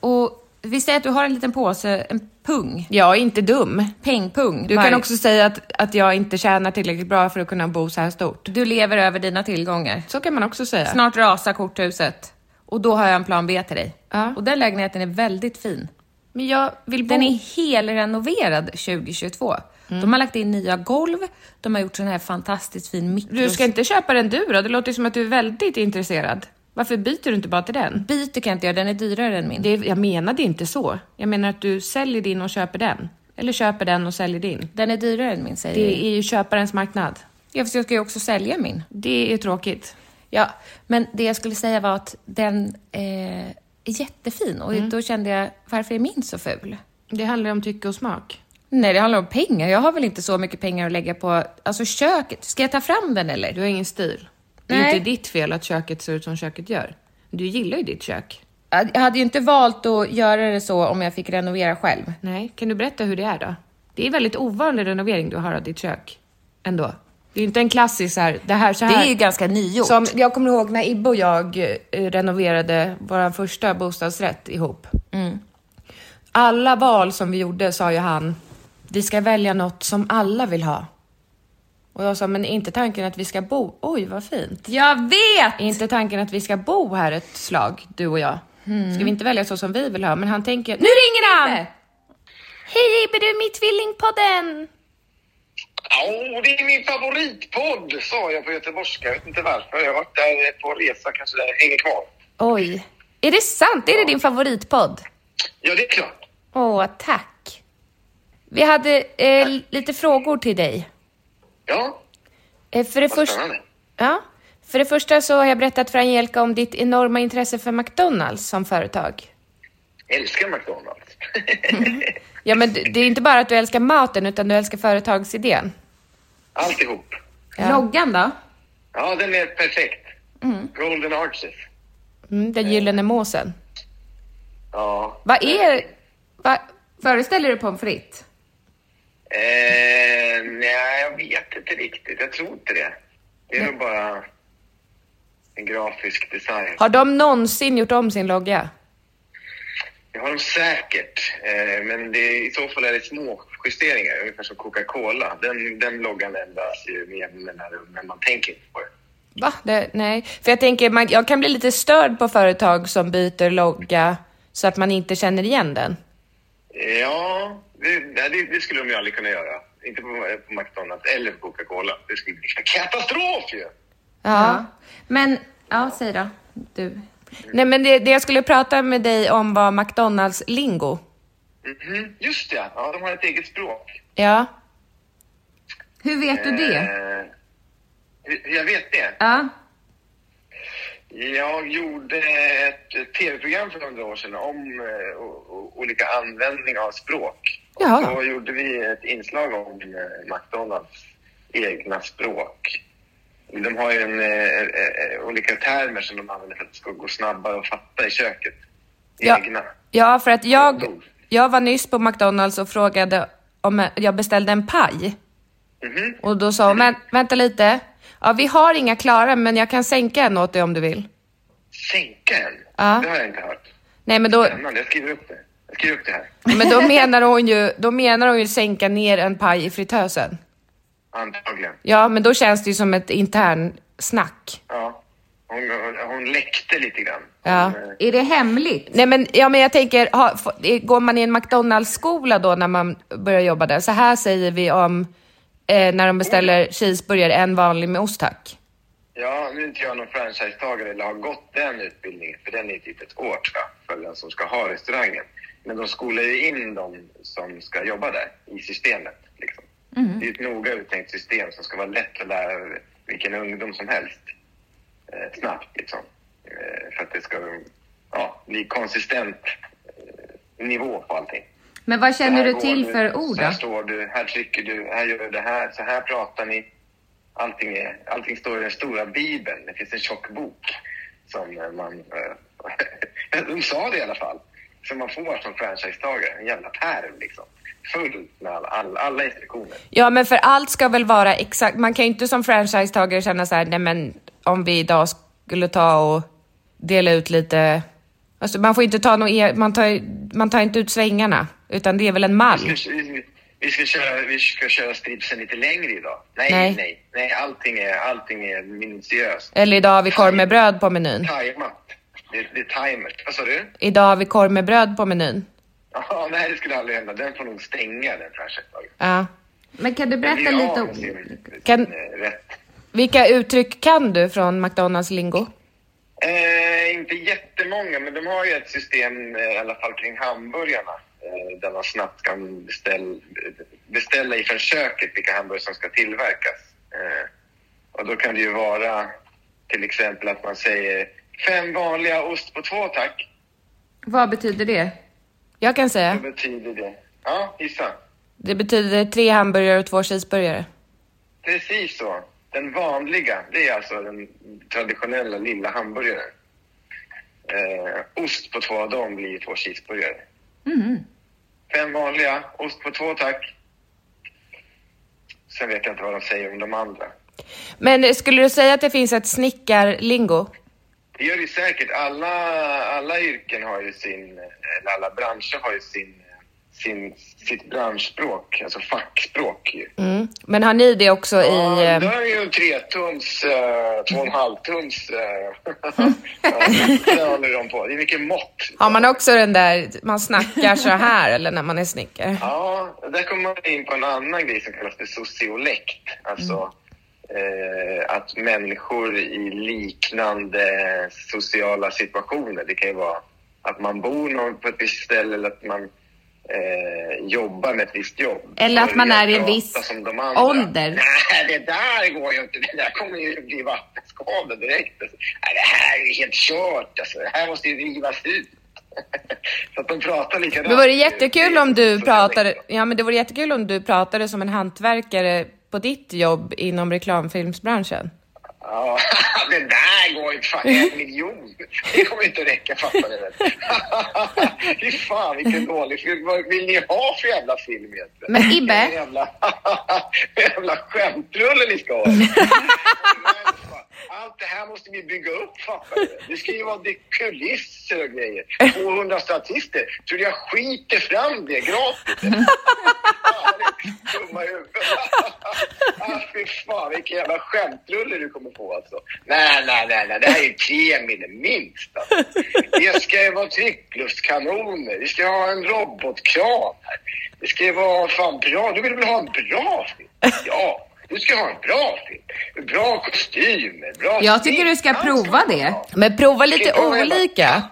Speaker 3: Och vi säger att du har en liten påse, en pung.
Speaker 2: Jag är inte dum.
Speaker 3: Pengpung.
Speaker 2: Du
Speaker 3: varje-
Speaker 2: kan också säga att, att jag inte tjänar tillräckligt bra för att kunna bo så här stort.
Speaker 3: Du lever över dina tillgångar.
Speaker 2: Så kan man också säga.
Speaker 3: Snart rasar korthuset. Och då har jag en plan B till dig.
Speaker 2: Ja.
Speaker 3: Och den lägenheten är väldigt fin.
Speaker 2: Men jag vill bo... Mm.
Speaker 3: Den är helrenoverad 2022. De har lagt in nya golv, de har gjort sån här fantastiskt fin mikros...
Speaker 2: Du ska inte köpa den du då? Det låter som att du är väldigt intresserad. Varför byter du inte bara till den?
Speaker 3: Byter kan jag inte göra, den är dyrare än min.
Speaker 2: Det, jag menade inte så. Jag menar att du säljer din och köper den. Eller köper den och säljer din.
Speaker 3: Den är dyrare än min säger jag.
Speaker 2: Det är ju köparens marknad.
Speaker 3: Ja, för jag ska ju också sälja min.
Speaker 2: Det är tråkigt.
Speaker 3: Ja, men det jag skulle säga var att den eh, är jättefin
Speaker 2: Mm.
Speaker 3: och då kände jag, varför är min så ful?
Speaker 2: Det handlar om tycke och smak.
Speaker 3: Nej, det handlar om pengar. Jag har väl inte så mycket pengar att lägga på, alltså köket. Ska jag ta fram den eller?
Speaker 2: Du har ingen stil. Det är
Speaker 3: Nej.
Speaker 2: inte ditt fel att köket ser ut som köket gör. Du gillar ju ditt kök.
Speaker 3: Jag hade ju inte valt att göra det så om jag fick renovera själv.
Speaker 2: Nej, kan du berätta hur det är då? Det är väldigt ovanlig renovering du har av ditt kök. Ändå. Det är ju inte en klassisk så här, det här så
Speaker 3: Det
Speaker 2: här.
Speaker 3: är ju ganska nygjort.
Speaker 2: Som, jag kommer ihåg när Ibbe och jag eh, renoverade vår första bostadsrätt ihop.
Speaker 3: Mm.
Speaker 2: Alla val som vi gjorde sa ju han, vi ska välja något som alla vill ha. Och jag sa, men är inte tanken att vi ska bo, oj vad fint.
Speaker 3: Jag vet!
Speaker 2: Är inte tanken att vi ska bo här ett slag, du och jag? Ska vi inte välja så som vi vill ha? Men han tänker, nu ringer han!
Speaker 3: Hmm. Nej.
Speaker 2: Hej Ibbe, du är mitt tvillingpodden!
Speaker 1: Ja, och det är min favoritpodd, sa jag på göteborgska. Jag vet inte varför. Jag har varit där på resa, kanske där hänger kvar.
Speaker 3: Oj. Är det sant? Är det din favoritpodd?
Speaker 1: Ja, det är klart.
Speaker 3: Åh, tack. Vi hade eh, lite frågor till dig.
Speaker 1: Ja,
Speaker 3: Eh, för, det
Speaker 1: vad
Speaker 3: först-
Speaker 1: spännande.
Speaker 2: Ja. För det första så har jag berättat för Angelica om ditt enorma intresse för McDonalds som företag.
Speaker 1: Jag älskar McDonalds.
Speaker 2: Ja, men det det är inte bara att du älskar maten, utan du älskar företagsidén.
Speaker 1: Alltihop.
Speaker 3: Loggan då?
Speaker 1: Ja, den är perfekt. Golden Arches.
Speaker 2: Mm, den gyllene måsen.
Speaker 1: Ja.
Speaker 2: Vad är... Va,
Speaker 3: Eh, Föreställer du pommes frites?
Speaker 1: Eh, nej, jag vet inte riktigt. Jag tror inte det. Det är nog bara en grafisk design.
Speaker 2: har de någonsin gjort om sin logga?
Speaker 1: Det har de säkert, eh, men det är, i så fall är det små justeringar, ungefär som Coca-Cola. Den, den loggan ändras ju med jämna mellanrum, men man tänker inte på det.
Speaker 2: Va? Det, nej. För jag tänker, man, jag kan bli lite störd på företag som byter logga så att man inte känner igen den.
Speaker 1: Eh, Ja, det, nej, det, det skulle de ju aldrig kunna göra. Inte på, eh, på McDonalds eller på Coca-Cola. Det skulle bli katastrof ju!
Speaker 3: Ja. Men, ja, säg då. Du.
Speaker 2: Nej, men det, det jag skulle prata med dig om var McDonalds lingo.
Speaker 1: Mhm, just det, ja, de har ett eget språk.
Speaker 2: Ja.
Speaker 3: Hur vet du det?
Speaker 1: Eh, jag vet det.
Speaker 3: Ja.
Speaker 1: Jag gjorde ett tv-program för några år sedan om eh, o- o- olika användning av språk.
Speaker 2: Jaha.
Speaker 1: Och då gjorde vi ett inslag om eh, McDonalds egna språk. De har ju en, eh, eh, eh, olika termer som de använder för att det ska gå snabbare att fatta i köket.
Speaker 2: Ja.
Speaker 1: Egna.
Speaker 2: Ja, för att jag, jag var nyss på McDonalds och frågade om jag beställde en paj.
Speaker 1: Mhm.
Speaker 2: Och då sa hon, "Vä- vänta lite. Ja, vi har inga klara, men jag kan sänka en åt dig om du vill.
Speaker 1: Sänka en?
Speaker 2: Ja.
Speaker 1: Det har jag inte hört.
Speaker 2: Nej, men då,
Speaker 1: Spännande, jag skriver upp det. Jag skriver upp det här.
Speaker 2: men då, menar hon ju, då menar hon ju sänka ner en paj i fritösen.
Speaker 1: Antagligen.
Speaker 2: Ja, men då känns det ju som ett intern snack.
Speaker 1: Ja. Hon, hon, hon läckte lite grann.
Speaker 2: Ja.
Speaker 1: Hon, eh,
Speaker 3: Är det hemligt?
Speaker 2: Nej, men, ja, men jag tänker, ha, få- eh, går man i en McDonalds-skola då när man börjar jobba där? Så här säger vi om eh, när de beställer cheeseburgare, en vanlig med ost tack.
Speaker 1: Ja, nu är inte jag någon franchisetagare eller har gått den utbildningen, för den är typ ett litet år tror jag, för den som ska ha restaurangen. Men de skolar ju in dem som ska jobba där i systemet. Liksom. Det är ett noga uttänkt system som ska vara lätt att lära vilken ungdom som helst eh, snabbt. Liksom. Eh, för att det ska ja, bli konsistent eh, nivå på allting.
Speaker 3: Men vad
Speaker 1: Så
Speaker 3: känner
Speaker 1: här
Speaker 3: du
Speaker 1: går
Speaker 3: till för ord
Speaker 1: Så här
Speaker 3: då?
Speaker 1: står du, här trycker du, här gör du det här, så här pratar ni. Allting, är, allting står i den stora bibeln. Det finns en tjock bok som eh, man... eh, De sa det i alla fall. Som man får som franchisetagare. En jävla pärm liksom. Full med alla, alla, alla instruktioner.
Speaker 3: Ja, men för allt ska väl vara exakt. Man kan ju inte som franchisetagare känna så här, nej men om vi idag skulle ta och dela ut lite. Alltså man får inte ta någon, e- man tar, man tar inte ut svängarna, utan det är väl en mall.
Speaker 1: Vi ska, vi- vi, ska köra, vi ska köra stripsen lite längre idag. Nej,
Speaker 3: Nej.
Speaker 1: nej, nej. allting, är, allting är minutiöst.
Speaker 3: Eller idag har vi korv med bröd på menyn.
Speaker 1: Tajmat. Det, det är timers. Vad sa du?
Speaker 3: Idag har vi korv med bröd på menyn.
Speaker 1: Ja, nej, det skulle aldrig hända. Den får nog stänga, den franchisen.
Speaker 3: Ja.
Speaker 2: Men kan du
Speaker 1: Den
Speaker 2: berätta
Speaker 1: blir
Speaker 2: lite
Speaker 1: av
Speaker 2: om...
Speaker 1: med sin-
Speaker 3: Kan-
Speaker 1: sin, eh, Rätt.
Speaker 3: Vilka uttryck kan du från McDonalds lingo?
Speaker 1: Eh, inte jättemånga, men de har ju ett system, eh, i alla fall kring hamburgarna, eh, där man snabbt kan beställ, beställa ifrån köket vilka hamburgare som ska tillverkas. Eh, och då kan det ju vara till exempel att man säger fem vanliga ost på två tack.
Speaker 2: Vad betyder det?
Speaker 3: Jag kan säga,
Speaker 1: Vad betyder det? Ja, gissa.
Speaker 3: det betyder tre hamburgare och två cheeseburgare.
Speaker 1: Precis så. Den vanliga, det är alltså den traditionella lilla hamburgaren. Eh, ost på två av dem blir två cheeseburgare. Fem vanliga, ost på två tack. Sen vet jag inte vad de säger om de andra.
Speaker 3: Men skulle du säga att det finns ett snickarlingo?
Speaker 1: Det gör det säkert. Alla, alla yrken har ju sin, eller alla branscher har ju sin, sin, sitt branschspråk, alltså fackspråk. Ju.
Speaker 3: Mm. Men har ni det också i...
Speaker 1: Ja,
Speaker 3: eh,
Speaker 1: det är ju en tretums, eh, två och en halvtums. eh, ja, det håller de på. Det är mycket mått.
Speaker 3: Har man också den där, man snackar så här eller när man är snickare?
Speaker 1: Ja, där kommer man in på en annan grej som kallas för sociolekt. Alltså
Speaker 2: Mm.
Speaker 1: eh, att människor i liknande sociala situationer, det kan ju vara att man bor någon på ett visst ställe eller att man eh, jobbar med ett visst jobb.
Speaker 2: Eller att man
Speaker 1: Börjar
Speaker 2: är i en
Speaker 1: prata
Speaker 2: viss
Speaker 1: som de andra.
Speaker 2: ålder.
Speaker 1: Nej, det där går ju inte. Det där kommer ju bli vattenskada direkt. Alltså. Nej, det här är ju helt kört. Alltså. Det här måste ju rivas ut. Så att de pratar likadant.
Speaker 3: Men vore jättekul om du
Speaker 1: Så-
Speaker 3: pratade, ja men det vore jättekul om du pratade som en hantverkare på ditt jobb inom reklamfilmsbranschen.
Speaker 1: Ja, det där går inte. Fan, en miljon. Det kommer inte räcka, fattar ni väl? Fy fan, vilken dålig film. Vad vill ni ha för jävla film egentligen?
Speaker 2: Men Ibbe?
Speaker 1: Vilken Jävla, jävla skämtrulle ni ska ha. Allt det här måste vi bygga upp, fattar ni väl? Det ska ju vara det kulisser och grejer. 200 statister. Tror du jag skiter fram det gratis? eller? Dumma huvud. ah, fy fan, vilken jävla skämtrulle du kommer på alltså. Nej, nej, nej, nej. det här är ju tre mille minst. Alltså. Det ska ju vara tryckluftkanoner, det ska ha en robotkran här. Det ska ju vara fan bra, du vill väl ha en bra film? Ja. Du ska ha en bra film, bra kostymer, bra Alltså,
Speaker 2: Jag tycker du ska
Speaker 1: sminkning.
Speaker 2: prova det.
Speaker 1: Ja.
Speaker 3: Men prova
Speaker 1: Det
Speaker 3: lite
Speaker 1: kan vara en jävla
Speaker 3: olika.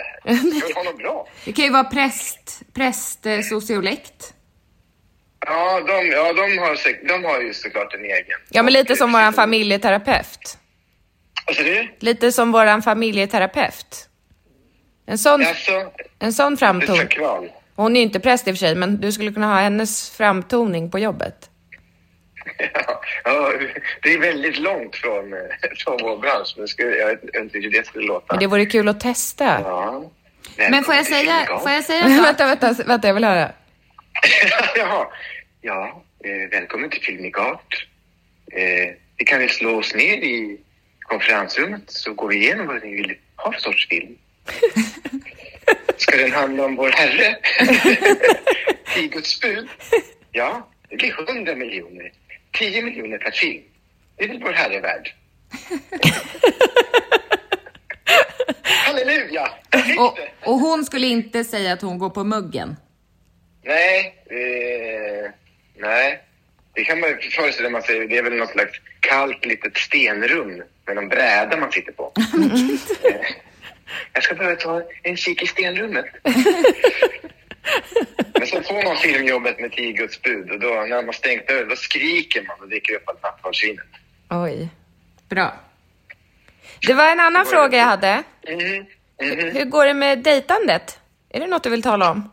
Speaker 1: här. Jag vill ha något bra.
Speaker 2: Det kan ju vara präst, präst eh, sociolekt.
Speaker 1: Ja, de, ja de, har, säk- de har ju såklart en egen.
Speaker 3: Ja men lite som våran familjeterapeut.
Speaker 1: Vad sa du?
Speaker 3: Lite som våran familjeterapeut. En sån,
Speaker 1: Alltså,
Speaker 3: en sån
Speaker 1: det
Speaker 3: framton.
Speaker 1: är sakral.
Speaker 3: Hon är ju inte präst i och för sig, men du skulle kunna ha hennes framtoning på jobbet.
Speaker 1: Ja, ja, det är väldigt långt från, eh, från vår bransch. Men skulle, jag vet inte hur det skulle låta.
Speaker 3: Men det vore kul att testa.
Speaker 1: Ja.
Speaker 2: Men får jag
Speaker 1: Välkommen till
Speaker 2: säga,
Speaker 1: Kyrkan.
Speaker 2: får jag säga en sak?
Speaker 3: vänta, vänta, vänta, jag vill höra.
Speaker 1: Jaha. Ja, eh, välkommen till Filmigart. Eh, vi kan väl slå oss ner i konferensrummet så går vi igenom vad ni vill ha för sorts film. Ska den handla om vår herre? Tio Guds bud? Ja, det blir hundra miljoner. Tio miljoner per film. Det är väl vår herre värd. Halleluja! Jag fick
Speaker 2: Och,
Speaker 1: det!
Speaker 2: och hon skulle inte säga att hon går på muggen.
Speaker 1: Nej, eh, nej. Det kan man ju föreställa man sig. Det är väl något slags kallt litet stenrum med någon bräda man sitter på. Eh, Jag ska bara ta en kik i stenrummet. Men så får man filmjobbet med tio Guds bud och då när man stängt öl, då skriker man och dricker upp allt nattvardsvinet.
Speaker 4: Oj.
Speaker 5: Bra.
Speaker 4: Det var en annan fråga jag hade.
Speaker 1: Mhm. Mhm.
Speaker 4: Hur går det med dejtandet? Är det något du vill tala om?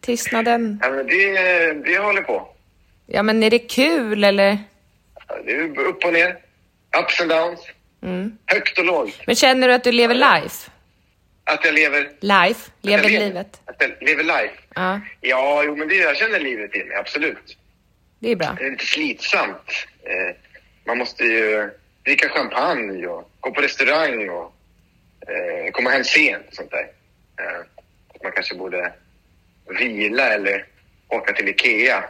Speaker 4: Tystnaden.
Speaker 1: ja men det, det håller på.
Speaker 4: Ja, men är det kul eller?
Speaker 1: Ja, Det är upp och ner, ups and downs, högt och lågt.
Speaker 4: Men känner du att du lever life?
Speaker 1: Att jag lever...
Speaker 4: Life?
Speaker 1: att
Speaker 4: Lever
Speaker 1: jag
Speaker 4: livet?
Speaker 1: Att jag lever life.
Speaker 4: Ja,
Speaker 1: Ja, jo, men det, jag känner livet till mig, absolut.
Speaker 4: det är bra.
Speaker 1: Det är lite slitsamt. Eh, man måste ju dricka champagne och gå på restaurang och eh, komma hem sent och sånt där. Eh, att man kanske borde vila eller åka till Ikea.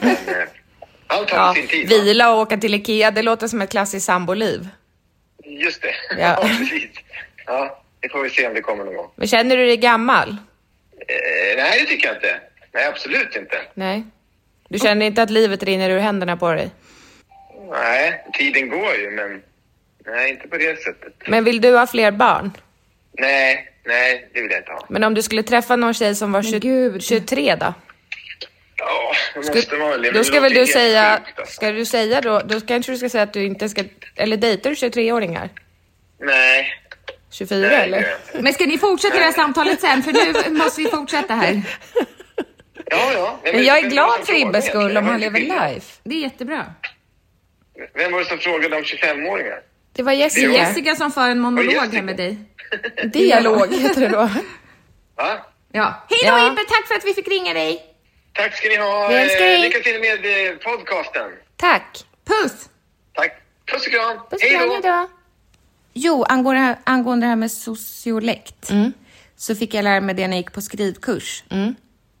Speaker 1: Men, eh, allt har
Speaker 4: Ja,
Speaker 1: sin tid. va?
Speaker 4: vila och åka till Ikea, det låter som ett klassiskt samboliv.
Speaker 1: Just det. Ja.
Speaker 4: Ja.
Speaker 1: precis. Ja, det får vi se om det kommer någon gång.
Speaker 4: Men känner du dig gammal?
Speaker 1: Eh, nej, det tycker jag inte. Nej, absolut inte.
Speaker 4: Nej. Du känner inte att livet rinner ur händerna på dig?
Speaker 1: Nej, tiden går ju, men nej, inte på det sättet.
Speaker 4: Men vill du ha fler barn?
Speaker 1: Nej, nej, det vill jag inte ha.
Speaker 4: Men om du skulle träffa någon tjej som var tjugo-
Speaker 5: gud.
Speaker 4: 23 då?
Speaker 1: Ja, det måste man väl. Det
Speaker 4: Då ska
Speaker 1: låter
Speaker 4: väl du
Speaker 1: helt
Speaker 4: säga,
Speaker 1: sjukt, alltså.
Speaker 4: ska du säga då, då kanske du ska säga att du inte ska, eller dejtar du 23-åringar?
Speaker 1: Nej.
Speaker 4: 24
Speaker 1: nej, det gör
Speaker 4: eller?
Speaker 1: jag inte.
Speaker 5: Men ska ni fortsätta det här samtalet sen? För nu måste vi fortsätta här.
Speaker 1: Ja, ja. Nej,
Speaker 4: Men jag är
Speaker 1: vem var det
Speaker 4: glad för
Speaker 1: som
Speaker 4: Ibbes
Speaker 1: frågade
Speaker 4: skull om han lever
Speaker 1: egentligen?
Speaker 4: life.
Speaker 5: Det är jättebra.
Speaker 1: Vem var det som frågade om 25-åringar?
Speaker 4: Det var
Speaker 5: Det är
Speaker 4: Jessica.
Speaker 5: Jessica som för en
Speaker 1: Och
Speaker 5: monolog
Speaker 1: Jessica.
Speaker 5: här med dig.
Speaker 4: Dialog heter det då.
Speaker 1: Va?
Speaker 5: Ja. Hej då
Speaker 4: Ja.
Speaker 5: Ippe, tack för att vi fick ringa dig.
Speaker 1: Tack ska ni ha.
Speaker 4: Vi älskar
Speaker 1: Eh,
Speaker 4: er.
Speaker 1: Lycka till med eh, podcasten.
Speaker 4: Tack.
Speaker 5: Puss!
Speaker 1: Tack. Puss och kram.
Speaker 4: Puss och kram, hejdå.
Speaker 3: Jo, angående, angående det här med sociolekt. Så fick jag lära mig det när jag gick på skrivkurs.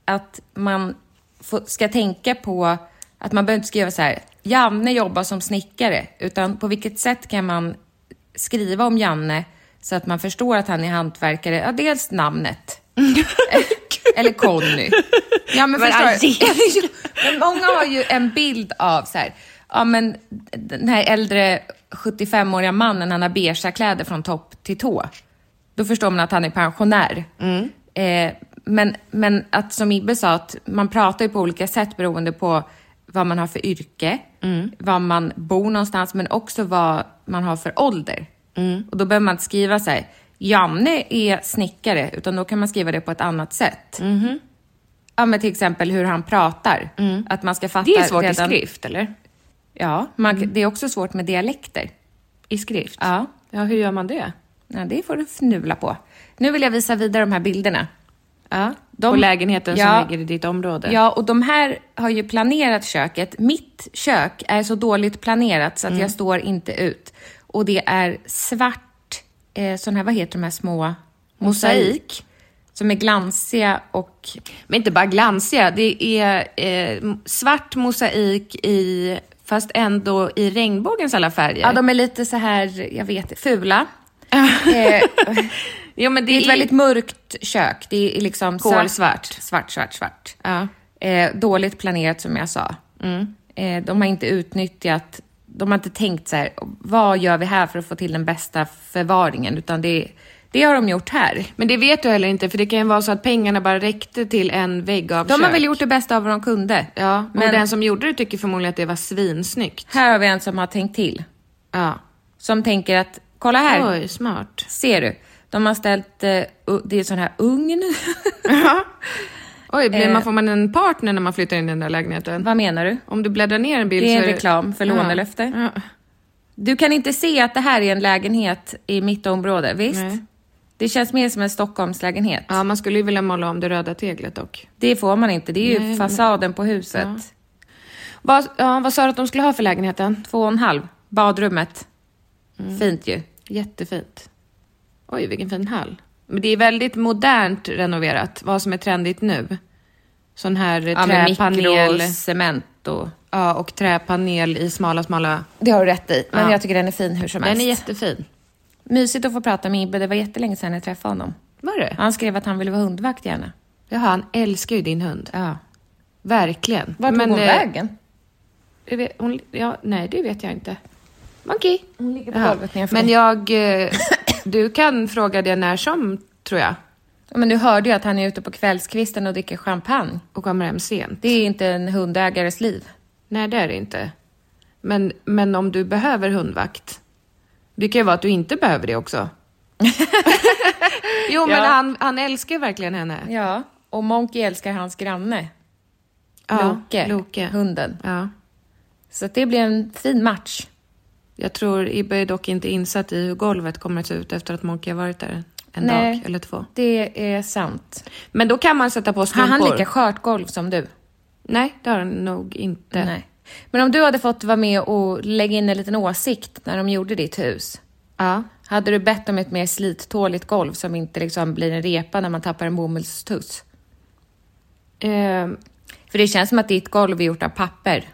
Speaker 3: Att man får, ska tänka på att man behöver inte skriva så här. Janne jobbar som snickare. Utan på vilket sätt kan man skriva om Janne så att man förstår att han är hantverkare? Ja, dels namnet. Eller Conny. Ja,
Speaker 4: Men
Speaker 3: men, förstår du? men många har ju en bild av så här, ja men den här äldre 75-åriga mannen, han har beiga kläder från topp till tå. Då förstår man att han är pensionär. Eh, men, men att som Ibbe sa, att man pratar ju på olika sätt beroende på vad man har för yrke, var man bor någonstans, men också vad man har för ålder. Och då behöver man inte skriva så här, Janne är snickare, utan då kan man skriva det på ett annat sätt. Ja, men till exempel hur han pratar. Att man ska fatta
Speaker 4: Mm. Det är svårt i
Speaker 3: redan-
Speaker 4: skrift, eller?
Speaker 3: Ja, man, det är också svårt med dialekter.
Speaker 4: I skrift?
Speaker 3: Ja.
Speaker 4: Ja, hur gör man det?
Speaker 3: ja, det får du fnula på. Nu vill jag visa vidare de här bilderna.
Speaker 4: Ja,
Speaker 3: de-
Speaker 4: på lägenheten
Speaker 3: Ja.
Speaker 4: som ligger i ditt område?
Speaker 3: Ja, och de här har ju planerat köket. Mitt kök är så dåligt planerat så att
Speaker 4: Mm.
Speaker 3: jag står inte ut. Och det är svart, eh, sån här, vad heter de här små? Mosaik. Som är glansiga och...
Speaker 4: Men inte bara glansiga, det är eh, svart mosaik i
Speaker 6: fast ändå i regnbågens alla färger.
Speaker 3: Ja, de är lite så här, jag vet fula.
Speaker 6: ja, men det,
Speaker 3: Det är ett väldigt mörkt kök. Det är liksom svart-
Speaker 6: Kolsvart.
Speaker 3: Svart, svart, svart.
Speaker 6: Ja.
Speaker 3: Eh, dåligt planerat som jag sa.
Speaker 2: Mm.
Speaker 3: Eh, de har inte utnyttjat, de har inte tänkt så här, vad gör vi här för att få till den bästa förvaringen? Utan det, det har de gjort här.
Speaker 2: Men det vet du heller inte, för det kan ju vara så att pengarna bara räckte till en vägg av
Speaker 3: De
Speaker 2: kök.
Speaker 3: har väl gjort det bästa av vad de kunde.
Speaker 2: Ja, och
Speaker 3: Men-
Speaker 2: den som gjorde det tycker förmodligen att det var svinsnyggt.
Speaker 3: Här har vi en som har tänkt till.
Speaker 2: Ja.
Speaker 3: Som tänker att, kolla här,
Speaker 2: Oj, smart.
Speaker 3: ser du? De har ställt, eh, u- det är en sån här ugn.
Speaker 2: Oj, blir man, får man en partner när man flyttar in i den där lägenheten?
Speaker 3: eh, vad menar du?
Speaker 2: Om du bläddrar ner en bild
Speaker 3: Det är
Speaker 2: så
Speaker 3: en reklam för lånelöfte.
Speaker 2: Ja.
Speaker 3: Du kan inte se att det här är en lägenhet i mitt område, visst?
Speaker 2: Nej.
Speaker 3: Det känns mer som en Stockholmslägenhet.
Speaker 2: ja, man skulle ju vilja måla om det röda teglet dock.
Speaker 3: Det får man inte, det är ju
Speaker 2: Nej, men-
Speaker 3: fasaden på huset.
Speaker 2: Vad, ja, vad sa du att de skulle ha för lägenheten?
Speaker 3: Två och en halv, badrummet. Fint ju.
Speaker 2: Jättefint. Oj, vilken fin hall. Men det är väldigt modernt renoverat, vad som är trendigt nu. Sån här eh,
Speaker 3: Ja, med
Speaker 2: träpanel.
Speaker 3: mikrocement och...
Speaker 2: Ja, och träpanel i smala, smala...
Speaker 3: Det har du rätt i, men
Speaker 2: Ja.
Speaker 3: jag tycker den är fin hur som
Speaker 2: Den
Speaker 3: helst.
Speaker 2: är jättefin.
Speaker 3: Mysigt att få prata med Ibbe, det var jättelänge sedan jag träffade honom.
Speaker 2: Var det?
Speaker 3: Han skrev att han ville vara hundvakt gärna.
Speaker 2: Jaha, han älskar ju din hund.
Speaker 3: Ja.
Speaker 2: Verkligen.
Speaker 3: Vart tog
Speaker 2: Men,
Speaker 3: hon
Speaker 2: eh,
Speaker 3: vägen?
Speaker 2: jag vet- hon, ja, nej, det vet jag inte. Men Okej. Hon ligger
Speaker 3: på golvet nedanför
Speaker 2: Men
Speaker 3: dig.
Speaker 2: jag... eh, Du kan fråga det när som, tror jag.
Speaker 3: Ja, men du hörde ju att han är ute på kvällskvisten och dricker champagne.
Speaker 2: Och kommer hem sent.
Speaker 3: Det är inte en hundägares liv.
Speaker 2: Nej, det är det inte. Men, men om du behöver hundvakt. Det kan ju vara att du inte behöver det också. jo, men
Speaker 3: Ja.
Speaker 2: han, han älskar verkligen henne.
Speaker 3: Ja, och Monkey älskar hans granne, Loke,
Speaker 2: Loke.
Speaker 3: hunden.
Speaker 2: Ja.
Speaker 3: Så att det blir en fin match.
Speaker 2: Jag tror Ibbe är dock inte insatt i hur golvet kommer att se ut efter att Monkey har varit där en
Speaker 3: Nej.
Speaker 2: dag eller två.
Speaker 3: Det är sant.
Speaker 2: Men då kan man sätta på
Speaker 3: Har
Speaker 2: strumpor.
Speaker 3: han lika skört golv som du?
Speaker 2: Nej, det har han nog inte.
Speaker 3: Nej. Men om du hade fått vara med och lägga in en liten åsikt när de gjorde ditt hus,
Speaker 2: Ja.
Speaker 3: hade du bett om ett mer slittåligt golv som inte liksom blir en repa när man tappar en bomullstuss?
Speaker 2: Ehm,
Speaker 3: För det känns som att ditt golv är gjort av papper.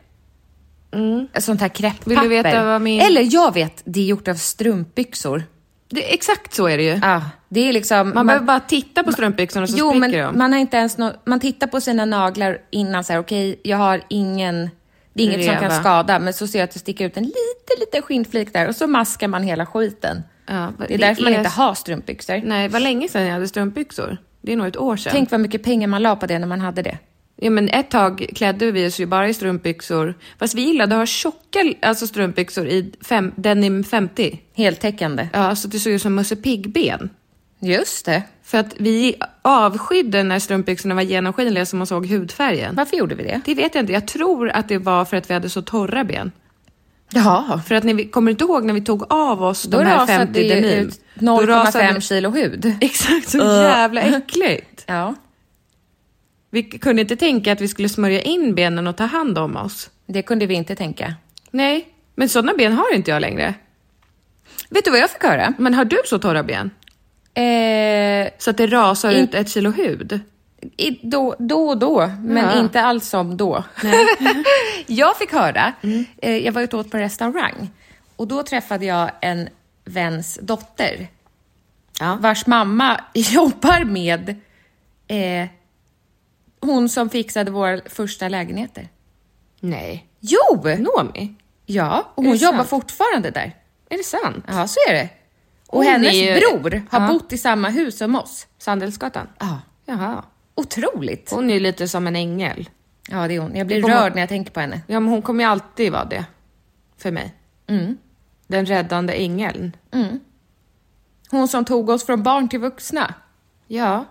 Speaker 3: Sånt här kräpppapper.
Speaker 2: Mm. Vill du veta vad min-
Speaker 3: Eller jag vet, det är gjort av strumpbyxor.
Speaker 2: det, exakt så är det ju.
Speaker 3: Ja, det är liksom...
Speaker 2: Man, behöver bara titta på strumpbyxorna så
Speaker 3: Jo,
Speaker 2: spricker
Speaker 3: men
Speaker 2: de.
Speaker 3: man har inte ens nå- Man tittar på sina naglar innan så här, okej, jag har ingen... Det är inget som
Speaker 2: Reva.
Speaker 3: kan skada, men så ser jag att det sticker ut en liten, liten skinnflik där och så maskar man hela skiten.
Speaker 2: Ja,
Speaker 3: det är
Speaker 2: det
Speaker 3: därför man
Speaker 2: är-
Speaker 3: inte har strumpbyxor.
Speaker 2: Nej, vad länge sedan jag hade strumpbyxor. Det är nog ett år sedan.
Speaker 3: Tänk vad mycket pengar man la på det när man hade det.
Speaker 2: Ja, men ett tag klädde vi oss ju bara i strumpbyxor. Fast vi gillade att ha tjocka alltså strumpbyxor i fem, denim 50.
Speaker 3: Heltäckande.
Speaker 2: Ja, så det såg ut som Musse Pigg-ben.
Speaker 3: Just det.
Speaker 2: För att vi avskydde när strumpbyxorna var genomskinliga så man såg hudfärgen.
Speaker 3: Varför gjorde vi det?
Speaker 2: Det vet jag inte. Jag tror att det var för att vi hade så torra ben.
Speaker 3: Jaha.
Speaker 2: För att när vi, kommer du inte ihåg när vi tog av oss
Speaker 3: Då
Speaker 2: de här
Speaker 3: rasade
Speaker 2: 50
Speaker 3: det
Speaker 2: denim?
Speaker 3: ut
Speaker 2: Då rasade-
Speaker 3: 0,5 kilo hud.
Speaker 2: Exakt, så
Speaker 3: Ugh.
Speaker 2: jävla äckligt.
Speaker 3: Ja,
Speaker 2: Vi kunde inte tänka att vi skulle smörja in benen och ta hand om oss.
Speaker 3: det kunde vi inte tänka.
Speaker 2: Nej, men sådana ben har inte jag längre.
Speaker 3: Vet du vad jag fick höra?
Speaker 2: Men har du så torra ben?
Speaker 3: Eh,
Speaker 2: Så att det rasar
Speaker 3: In-
Speaker 2: ut ett kilo hud?
Speaker 3: I, då, då och då, men
Speaker 2: Ja.
Speaker 3: inte alls som då. jag fick höra,
Speaker 2: Mm.
Speaker 3: eh, jag var ute och åt på en restaurang och då träffade jag en väns dotter vars mamma jobbar med eh, hon som fixade våra första lägenheter.
Speaker 2: Nej.
Speaker 3: Jo!
Speaker 2: Nomi?
Speaker 3: Ja, och
Speaker 2: Är
Speaker 3: hon
Speaker 2: det
Speaker 3: jobbar
Speaker 2: sant?
Speaker 3: fortfarande där.
Speaker 2: Är det sant?
Speaker 3: Ja, så är det. Och
Speaker 2: Hon
Speaker 3: hennes
Speaker 2: är ju-
Speaker 3: bror har
Speaker 2: Ja.
Speaker 3: bott i samma hus som oss.
Speaker 2: Sandelsgatan?
Speaker 3: Ja.
Speaker 2: Jaha.
Speaker 3: Otroligt!
Speaker 2: Hon är ju lite som en ängel.
Speaker 3: Ja, det är hon. Jag blir
Speaker 2: Kommer-
Speaker 3: rörd när jag tänker på henne.
Speaker 2: Ja, men hon kommer ju alltid vara det. För mig.
Speaker 3: Mm.
Speaker 2: Den räddande ängeln.
Speaker 3: Hon som tog oss från barn till vuxna.
Speaker 2: Ja.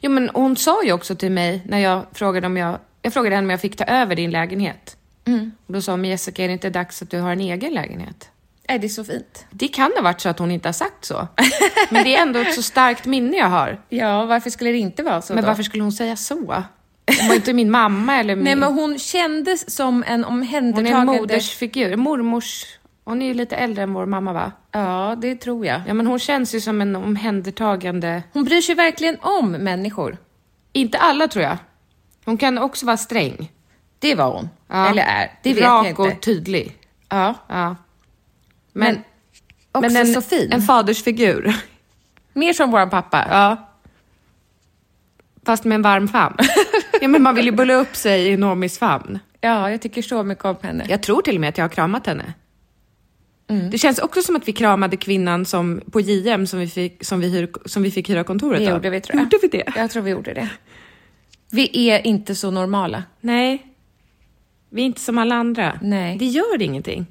Speaker 2: Jo, men hon sa ju också till mig när jag frågade om jag... Jag frågade henne om jag fick ta över din lägenhet.
Speaker 3: Mm.
Speaker 2: Och då sa hon, men Jessica, är det inte dags att du har en egen lägenhet?
Speaker 3: Är Äh, det är så fint?
Speaker 2: Det kan ha varit så att hon inte har sagt så. Men det är ändå ett så starkt minne jag har.
Speaker 3: Ja, varför skulle det inte vara så
Speaker 2: Men
Speaker 3: då?
Speaker 2: varför skulle hon säga så? Hon var inte min mamma eller min...
Speaker 3: Nej, men hon kändes som
Speaker 2: hon
Speaker 3: en omhändertagande...
Speaker 2: är en modersfigur. Mormors... Hon är ju lite äldre än vår mamma va?
Speaker 3: Ja, det tror jag.
Speaker 2: Ja men hon känns ju som en omhändertagande...
Speaker 3: Hon bryr sig verkligen om människor.
Speaker 2: Inte alla tror jag. Hon kan också vara sträng.
Speaker 3: Det var hon.
Speaker 2: Ja.
Speaker 3: Eller är. Det vet
Speaker 2: Rak
Speaker 3: jag inte.
Speaker 2: och tydlig.
Speaker 3: ja.
Speaker 2: Ja.
Speaker 3: Men, också
Speaker 2: men en,
Speaker 3: så fin.
Speaker 2: en fadersfigur.
Speaker 3: Mer som vår pappa.
Speaker 2: Ja. Fast med en varm famn. ja, men man vill ju bulla upp sig i Noomis famn.
Speaker 3: Ja, jag tycker så mycket om henne.
Speaker 2: Jag tror till och med att jag har kramat henne.
Speaker 3: Mm.
Speaker 2: Det känns också som att vi kramade kvinnan som, på JM som vi fick, som vi hyr, som vi fick hyra kontoret
Speaker 3: Det
Speaker 2: av.
Speaker 3: gjorde vi tror jag.
Speaker 2: Gjorde vi det?
Speaker 3: Jag tror vi gjorde det. Vi är inte så normala.
Speaker 2: Nej. Vi är inte som alla andra.
Speaker 3: Nej.
Speaker 2: Det gör ingenting.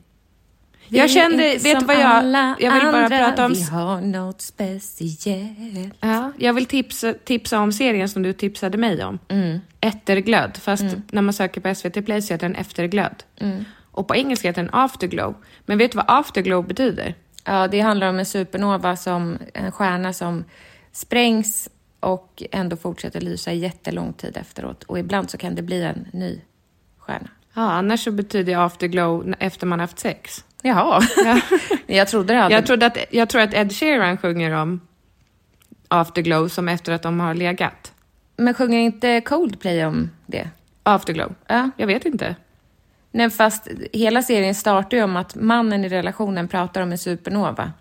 Speaker 3: Vi
Speaker 2: jag
Speaker 3: är
Speaker 2: kände,
Speaker 3: inte
Speaker 2: vet du
Speaker 3: som
Speaker 2: vad jag...
Speaker 3: alla
Speaker 2: Jag vill bara
Speaker 3: andra.
Speaker 2: prata om...
Speaker 3: Vi har något speciellt.
Speaker 2: Ja, jag vill tipsa, tipsa om serien som du tipsade mig om.
Speaker 3: Mm.
Speaker 2: Efterglöd, fast när man söker på SVT Play så heter den Efterglöd.
Speaker 3: Mm.
Speaker 2: Och på engelska heter den Afterglow. Men vet du vad Afterglow betyder?
Speaker 3: Ja, det handlar om en supernova, som en stjärna som sprängs och ändå fortsätter lysa jättelång tid efteråt. Och ibland så kan det bli en ny stjärna.
Speaker 2: Ja, annars så betyder Afterglow n- efter man haft sex.
Speaker 3: Jaha.
Speaker 2: Ja.
Speaker 3: jag trodde det hade...
Speaker 2: Jag, trodde att, jag tror att Ed Sheeran sjunger om Afterglow som efter att de har legat.
Speaker 3: Men sjunger inte Coldplay om det?
Speaker 2: Afterglow?
Speaker 3: Ja.
Speaker 2: Jag vet inte.
Speaker 3: Nej, fast hela serien startar ju om att mannen i relationen pratar om en supernova.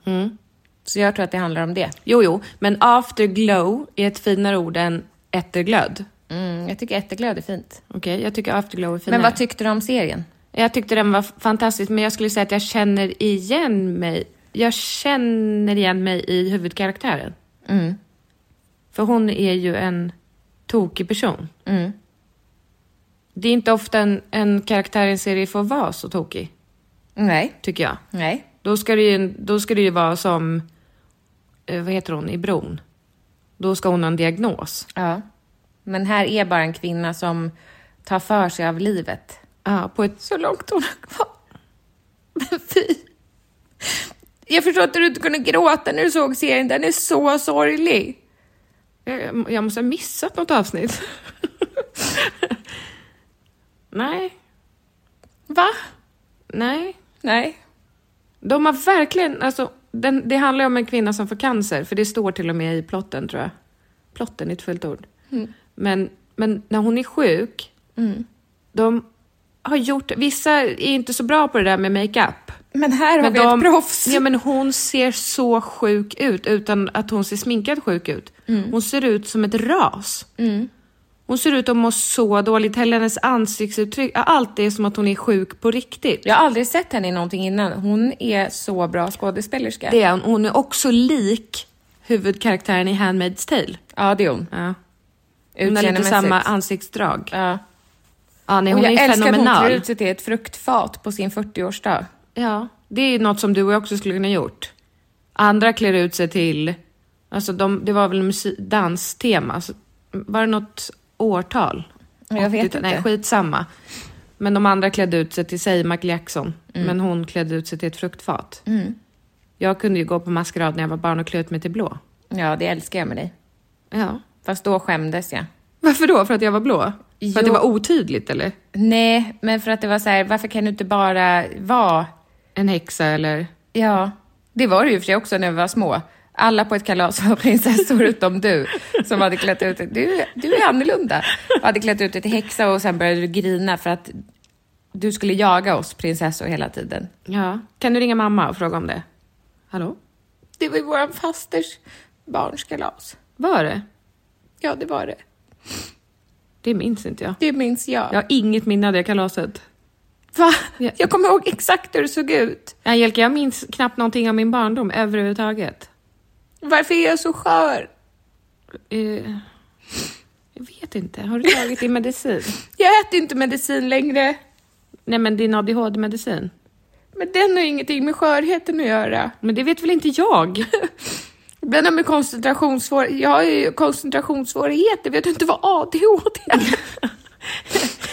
Speaker 3: Så jag tror att det handlar om det.
Speaker 2: Mm. Jo, jo, men afterglow är ett finare ord än efterglöd.
Speaker 3: Mm, jag tycker Ätterglöd är fint.
Speaker 2: Okej, jag tycker afterglow är finare.
Speaker 3: Men vad tyckte du om serien?
Speaker 2: Jag tyckte den var fantastisk, men jag skulle säga att jag känner igen mig. Jag känner igen mig i huvudkaraktären. För hon är ju en tokig person. Det är inte ofta en, en karaktär i en serie får vara så tokig,
Speaker 3: Nej.
Speaker 2: tycker jag.
Speaker 3: Nej.
Speaker 2: Då ska det ju, då ska det ju vara som, eh, vad heter hon, i Bron. Då ska hon ha en diagnos.
Speaker 3: Ja. Men här är bara en kvinna som tar för sig av livet.
Speaker 2: Ja, på ett...
Speaker 3: Så långt hon har kvar. Men fy. Jag förstår att du inte kunde gråta när du såg serien. Den är så sorglig.
Speaker 2: Jag- Jag måste ha missat något avsnitt. Nej,
Speaker 3: Va?
Speaker 2: nej.
Speaker 3: Nej.
Speaker 2: De har verkligen, alltså, den, det handlar ju om en kvinna som får cancer, för det står till och med i plotten tror jag. Plotten är ett fullt ord. Men, men när hon är sjuk, de har gjort, vissa är inte så bra på det där med makeup.
Speaker 3: Men här har
Speaker 2: Men
Speaker 3: vi ett
Speaker 2: de,
Speaker 3: proffs.
Speaker 2: Ja, men hon ser så sjuk ut utan att hon ser sminkad sjuk ut.
Speaker 3: Mm.
Speaker 2: Hon ser ut som ett ras. Hon ser ut att må så dåligt. Hela hennes ansiktsuttryck, ja, allt är som att hon är sjuk på riktigt.
Speaker 3: Jag har aldrig sett henne i någonting innan. Hon är så bra skådespelerska.
Speaker 2: Det är hon. Hon är också lik huvudkaraktären i Handmaid's Tale.
Speaker 3: Ja, det är hon.
Speaker 2: Ja. Hon har lite
Speaker 3: Utseendemässigt.
Speaker 2: samma ansiktsdrag.
Speaker 3: Ja.
Speaker 2: Ja, nej,
Speaker 3: Och
Speaker 2: hon
Speaker 3: jag
Speaker 2: är
Speaker 3: älskar att hon
Speaker 2: fenomenal.
Speaker 3: klär ut sig till ett fruktfat på sin 40-årsdag.
Speaker 2: Ja, det är något som du och jag också skulle kunna gjort. Andra klär ut sig till, alltså de, det var väl musik, danstema, alltså, var det något årtal?
Speaker 3: Jag vet
Speaker 2: 80-tal? Nej,
Speaker 3: inte.
Speaker 2: skitsamma. Men de andra klädde ut sig till, säg Michael Jackson,
Speaker 3: Mm.
Speaker 2: men hon klädde ut sig till ett fruktfat. Jag kunde ju gå på maskerad när jag var barn och klä ut mig till blå.
Speaker 3: Ja, det älskar jag med dig.
Speaker 2: Ja.
Speaker 3: Fast då skämdes jag.
Speaker 2: Varför då? För att jag var blå? För att det
Speaker 3: Jo.
Speaker 2: var otydligt eller?
Speaker 3: Nej, men för att det var så här, varför kan du inte bara vara...
Speaker 2: En häxa eller?
Speaker 3: Ja, det var det ju för sig också när vi var små. Alla på ett kalas var prinsessor utom du, som hade klätt ut dig. Du, du är annorlunda. Och hade klätt ut dig till häxa och sen började du grina för att du skulle jaga oss prinsessor hela tiden.
Speaker 2: Ja. Kan du ringa mamma och fråga om det? Hallå?
Speaker 3: Det var ju våran fasters barns kalas.
Speaker 2: Var det?
Speaker 3: Ja, det var det.
Speaker 2: Det minns inte jag.
Speaker 3: Det minns jag.
Speaker 2: Jag har inget minne av det kalaset.
Speaker 3: Va?
Speaker 2: Ja.
Speaker 3: Jag kommer ihåg exakt hur du såg ut.
Speaker 2: Angelica, jag minns knappt någonting av min barndom överhuvudtaget.
Speaker 3: Varför är jag så skör?
Speaker 2: Eh, jag vet inte. Har du tagit din medicin?
Speaker 3: Jag äter inte medicin längre.
Speaker 2: Nej, men din ADHD-medicin.
Speaker 3: Men den har ju ingenting med skörheten att göra.
Speaker 2: Men det vet väl inte jag?
Speaker 3: Ibland har man koncentrationssvår... Jag har ju koncentrationssvårigheter, vet du inte vad ADHD är?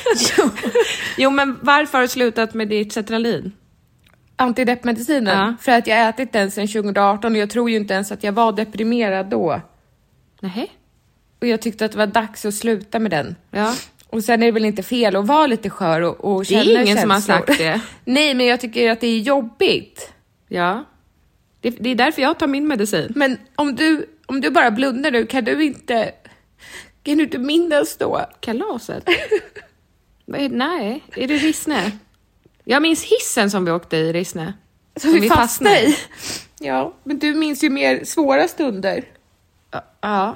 Speaker 2: jo, men varför har du slutat med ditt Cetralin?
Speaker 3: Antideppmedicinen,
Speaker 2: Ja.
Speaker 3: för att jag har ätit den sedan 2018 och jag tror ju inte ens att jag var deprimerad då.
Speaker 2: Nej.
Speaker 3: Och jag tyckte att det var dags att sluta med den.
Speaker 2: Ja.
Speaker 3: Och sen är det väl inte fel att vara lite skör och, och
Speaker 2: Det är
Speaker 3: känna
Speaker 2: ingen som har
Speaker 3: känslor.
Speaker 2: sagt det.
Speaker 3: Nej, men jag tycker att det är jobbigt.
Speaker 2: Ja. Det, det är därför jag tar min medicin.
Speaker 3: Men om du, om du bara blundar nu, kan du inte... Kan du inte minnas då?
Speaker 2: Kalaset? Vad är- Nej, är det Rissne? Jag minns hissen som vi åkte i Rissne. Som
Speaker 3: Ja, men du minns ju mer svåra stunder.
Speaker 2: Ja.